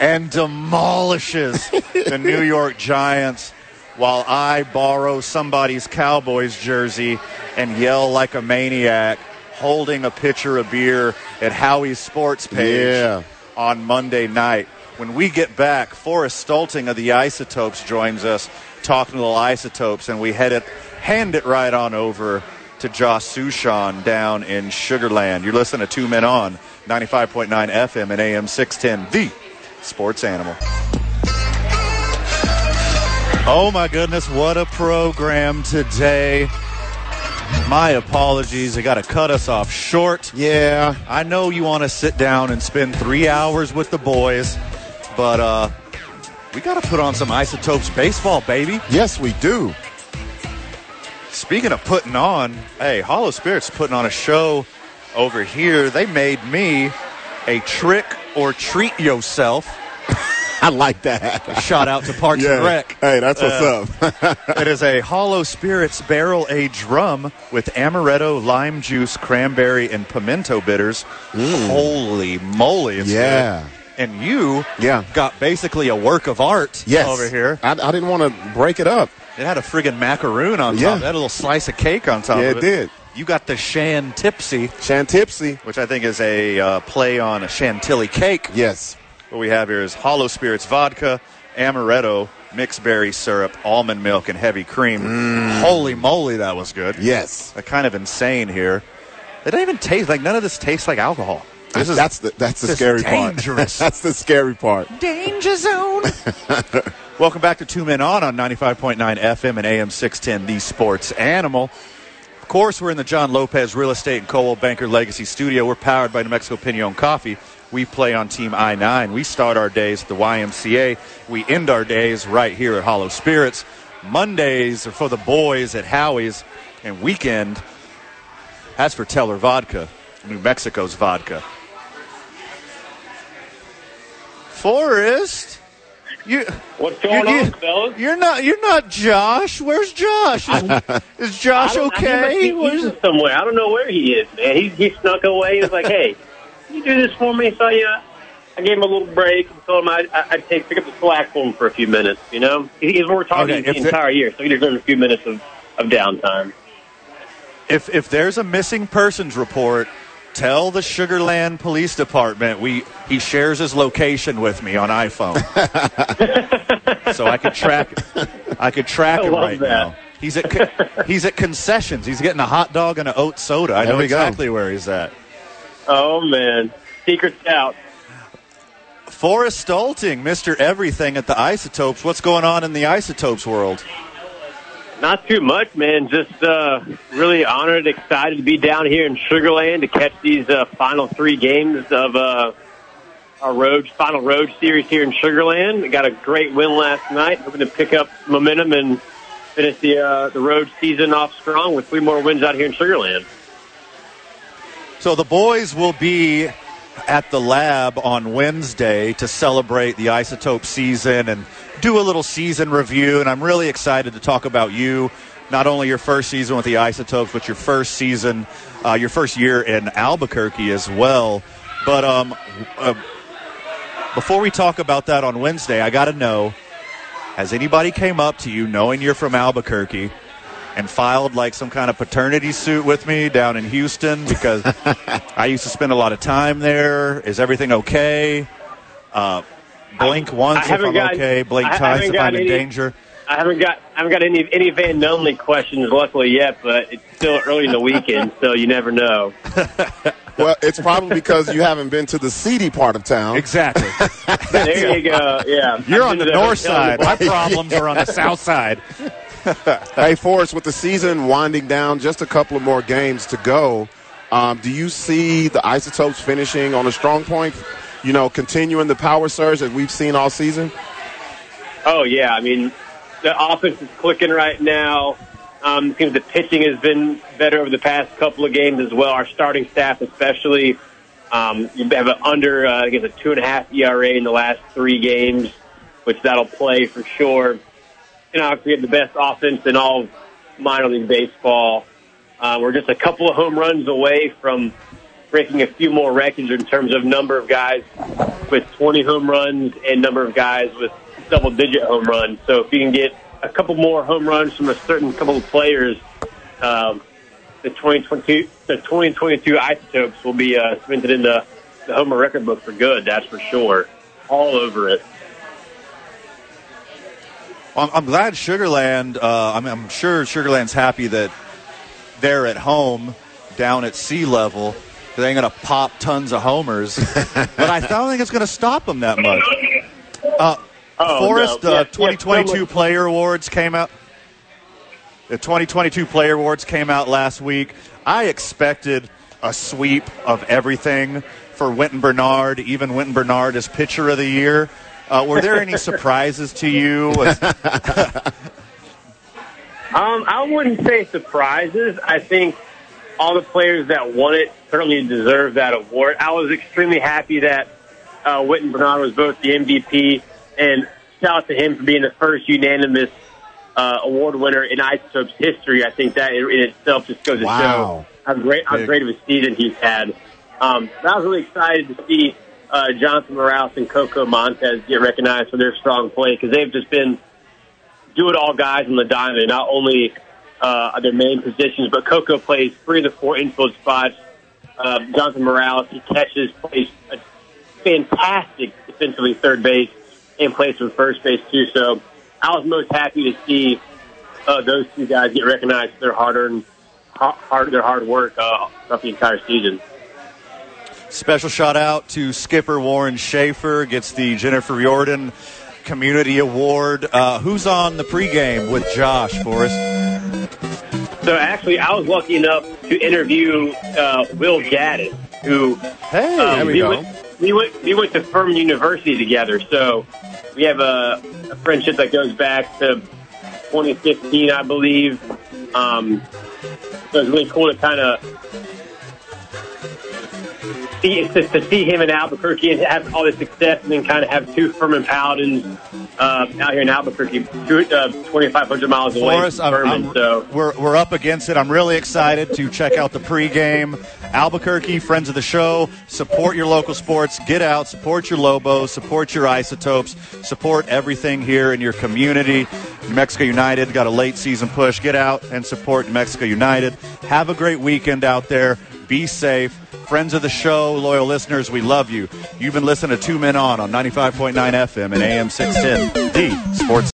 Speaker 1: [laughs] and demolishes the New York Giants while I borrow somebody's Cowboys jersey and yell like a maniac holding a pitcher of beer at Howie's sports page
Speaker 2: Yeah.
Speaker 1: on Monday night. When we get back, Forrest Stolting of the Isotopes joins us talking to the Isotopes and we head it hand it right on over to Josh Sushan down in Sugarland. You're listening to Two Men On 95.9 FM and AM 610, the sports animal. Oh my goodness, what a program today. My apologies, they got to cut us off short.
Speaker 2: Yeah.
Speaker 1: I know you want to sit down and spend three hours with the boys, but uh, we got to put on some isotopes baseball, baby.
Speaker 2: Yes, we do.
Speaker 1: Speaking of putting on, hey, Hollow Spirits putting on a show over here. They made me a trick or treat yourself.
Speaker 2: I like that.
Speaker 1: Shout out to Parks
Speaker 2: [laughs]
Speaker 1: and Rec. Uh,
Speaker 2: Hey, that's what's up.
Speaker 1: It is a Hollow Spirits barrel aged rum with amaretto, lime juice, cranberry, and pimento bitters. Holy moly! It's
Speaker 2: Yeah.
Speaker 1: good. And you
Speaker 2: Yeah.
Speaker 1: got basically a work of art
Speaker 2: yes.
Speaker 1: over here.
Speaker 2: I, I didn't want to break it up.
Speaker 1: It had a friggin' macaroon on
Speaker 2: Yeah.
Speaker 1: top. It had a little slice of cake on top
Speaker 2: Yeah,
Speaker 1: of
Speaker 2: it
Speaker 1: it.
Speaker 2: did.
Speaker 1: You got the Shan Tipsy,
Speaker 2: Shantipsy.
Speaker 1: which I think is a uh, play on a Chantilly cake.
Speaker 2: Yes.
Speaker 1: What we have here is Hollow Spirits vodka, amaretto, mixed berry syrup, almond milk, and heavy cream.
Speaker 2: Mm.
Speaker 1: Holy moly, that was good.
Speaker 2: Yes.
Speaker 1: They're kind of insane here. They don't even taste like none of this tastes like alcohol. This is
Speaker 2: that's the that's the
Speaker 1: this is
Speaker 2: scary
Speaker 1: dangerous.
Speaker 2: part. [laughs] that's the scary part.
Speaker 1: danger zone. Welcome back to Two Men On on 95.9 FM and AM 610, the sports animal. Of course, we're in the John Lopez Real Estate and Coldwell Banker Legacy Studio. We're powered by New Mexico Pinon Coffee. We play on Team I 9. We start our days at the YMCA. We end our days right here at Hollow Spirits. Mondays are for the boys at Howie's, and weekend, as for Teller Vodka, New Mexico's vodka. Forrest, you
Speaker 8: What's going
Speaker 1: you-
Speaker 8: on,
Speaker 1: you-
Speaker 8: fellas?
Speaker 1: You're not you're not Josh. Where's Josh?
Speaker 8: [laughs]
Speaker 1: Is, is Josh
Speaker 8: I don't- I-
Speaker 1: okay?
Speaker 8: He must be losing somewhere. I don't know where he is, man. He, he snuck away. He was like, hey, can you do this for me? So, yeah, I gave him a little break and told him I, I, I'd take, pick up the slack for him for a few minutes, you know? He- He's we're talking
Speaker 1: Okay,
Speaker 8: the
Speaker 1: if the-
Speaker 8: entire year, so he deserves a few minutes of, of downtime.
Speaker 1: if if there's a missing persons report, tell the Sugarland Police Department we he shares his location with me on
Speaker 8: [laughs]
Speaker 1: iPhone, so I could track I could track
Speaker 8: I
Speaker 1: him
Speaker 8: love
Speaker 1: right
Speaker 8: that.
Speaker 1: now. He's at con- he's at concessions. He's getting a hot dog and an oat soda. I
Speaker 2: There
Speaker 1: know
Speaker 2: we go.
Speaker 1: exactly where he's at.
Speaker 8: Oh, man. Secret's out.
Speaker 1: Forrest Stolting, Mr. Everything at the Isotopes. What's going on in the Isotopes world?
Speaker 8: Not too much, man. Just uh, really honored, excited to be down here in Sugarland to catch these uh, final three games of uh, our road final road series here in Sugarland. We got a great win last night, hoping to pick up momentum and finish the uh, the road season off strong with three more wins out here in Sugarland.
Speaker 1: So the boys will be at the lab on Wednesday to celebrate the isotope season and do a little season review. And I'm really excited to talk about you, not only your first season with the isotopes, but your first season, uh, your first year in Albuquerque as well. But um, uh, before we talk about that on Wednesday, I got to know has anybody came up to you knowing you're from Albuquerque? and filed like some kind of paternity suit with me down in Houston [laughs] because I used to spend a lot of time there. Is everything okay? Uh, blink once
Speaker 8: I
Speaker 1: if
Speaker 8: haven't
Speaker 1: I'm
Speaker 8: gotten-
Speaker 1: okay. Blink
Speaker 8: I- I
Speaker 1: twice
Speaker 8: haven't
Speaker 1: if I'm
Speaker 8: gotten
Speaker 1: in
Speaker 8: any-
Speaker 1: danger.
Speaker 8: I haven't got I haven't got any any Van Nunley questions luckily yet, but it's still early in the weekend, so you never
Speaker 1: [laughs]
Speaker 8: know.
Speaker 2: Well, it's probably because you haven't been to the seedy part of town.
Speaker 1: Exactly.
Speaker 8: There you go. Yeah,
Speaker 1: You're
Speaker 8: I've
Speaker 1: on
Speaker 8: been [laughs]
Speaker 1: the
Speaker 8: uh, to
Speaker 1: north
Speaker 8: hotel
Speaker 1: side. My problems are on the south side.
Speaker 2: Hey, Forrest, with the season winding down, just a couple of more games to go, um, do you see the Isotopes finishing on a strong point? You know, continuing the power surge that we've seen all season?
Speaker 8: Oh yeah, I mean the offense is clicking right now. Um, it seems the pitching has been better over the past couple of games as well. Our starting staff, especially, um, you have an under uh, I guess a two and a half ERA in the last three games, which that'll play for sure. And obviously, we have the best offense in all of minor league baseball. Uh, we're just a couple of home runs away from breaking a few more records in terms of number of guys with 20 home runs and number of guys with double digit home runs. So if you can get a couple more home runs from a certain couple of players, um, the 2022 the 2022 isotopes will be uh, cemented in the, the Homer record book for good. That's for sure. All over it.
Speaker 1: I'm, I'm glad Sugarland. Uh, I'm, I'm sure Sugarland's happy that they're at home, down at sea level. They ain't gonna pop tons of
Speaker 8: [laughs]
Speaker 1: homers, but I don't think it's gonna stop them that much. Uh,
Speaker 8: Oh,
Speaker 1: Forrest,
Speaker 8: no.
Speaker 1: uh,
Speaker 8: Yeah, yeah,
Speaker 1: 2022
Speaker 8: someone-
Speaker 1: Player Awards came out. The 2022 Player Awards came out last week. I expected a sweep of everything for Winton Bernard, even Winton Bernard as Pitcher of the Year. Uh, were there
Speaker 8: [laughs]
Speaker 1: any surprises to you?
Speaker 8: Um, I wouldn't say surprises. I think all the players that won it certainly deserve that award. I was extremely happy that uh, Whitten Bernard was both the MVP, and shout out to him for being the first unanimous uh, award winner in Isotopes history. I think that in itself just goes to
Speaker 9: Wow.
Speaker 8: show how great how
Speaker 9: Big.
Speaker 8: great of a season he's had. Um, but I was really excited to see uh, Jonathan Morales and Coco Montez get recognized for their strong play because they've just been do it all guys on the diamond, not only uh, their main positions, but Coco plays three of the four infield spots. Uh, Jonathan Morales, he catches, plays a fantastic defensively third base, and plays from first base too. So I was most happy to see uh, those two guys get recognized for their hard earned, hard their hard work uh, throughout the entire season.
Speaker 1: Special shout out to skipper Warren Schaefer gets the Jennifer Jordan Community Award. Uh, who's on the pregame with Josh Forrest?
Speaker 8: So actually, I was lucky enough to interview uh, Will Gaddis, who
Speaker 1: hey,
Speaker 8: um,
Speaker 9: there we
Speaker 8: we,
Speaker 9: go.
Speaker 8: went, we went we went to Furman University together. So we have a, a friendship that goes back to 2015, I believe. Um, so it's really cool to kind of see to, to see him in Albuquerque and have all this success, and then kind of have two Furman Paladins uh, out here in Albuquerque, two, uh, 2,500 miles away
Speaker 1: Forrest,
Speaker 8: from
Speaker 1: I'm-
Speaker 8: Furman.
Speaker 1: I'm-
Speaker 8: so.
Speaker 1: We're, we're up against it. I'm really excited to check out the pregame. Albuquerque, friends of the show, support your local sports. Get out, support your Lobos, support your isotopes, support everything here in your community. New Mexico United got a late season push. Get out and support New Mexico United. Have a great weekend out there. Be safe. Friends of the show, loyal listeners, we love you. You've been listening to Two Men On on 95.9 FM and AM 610, the Sports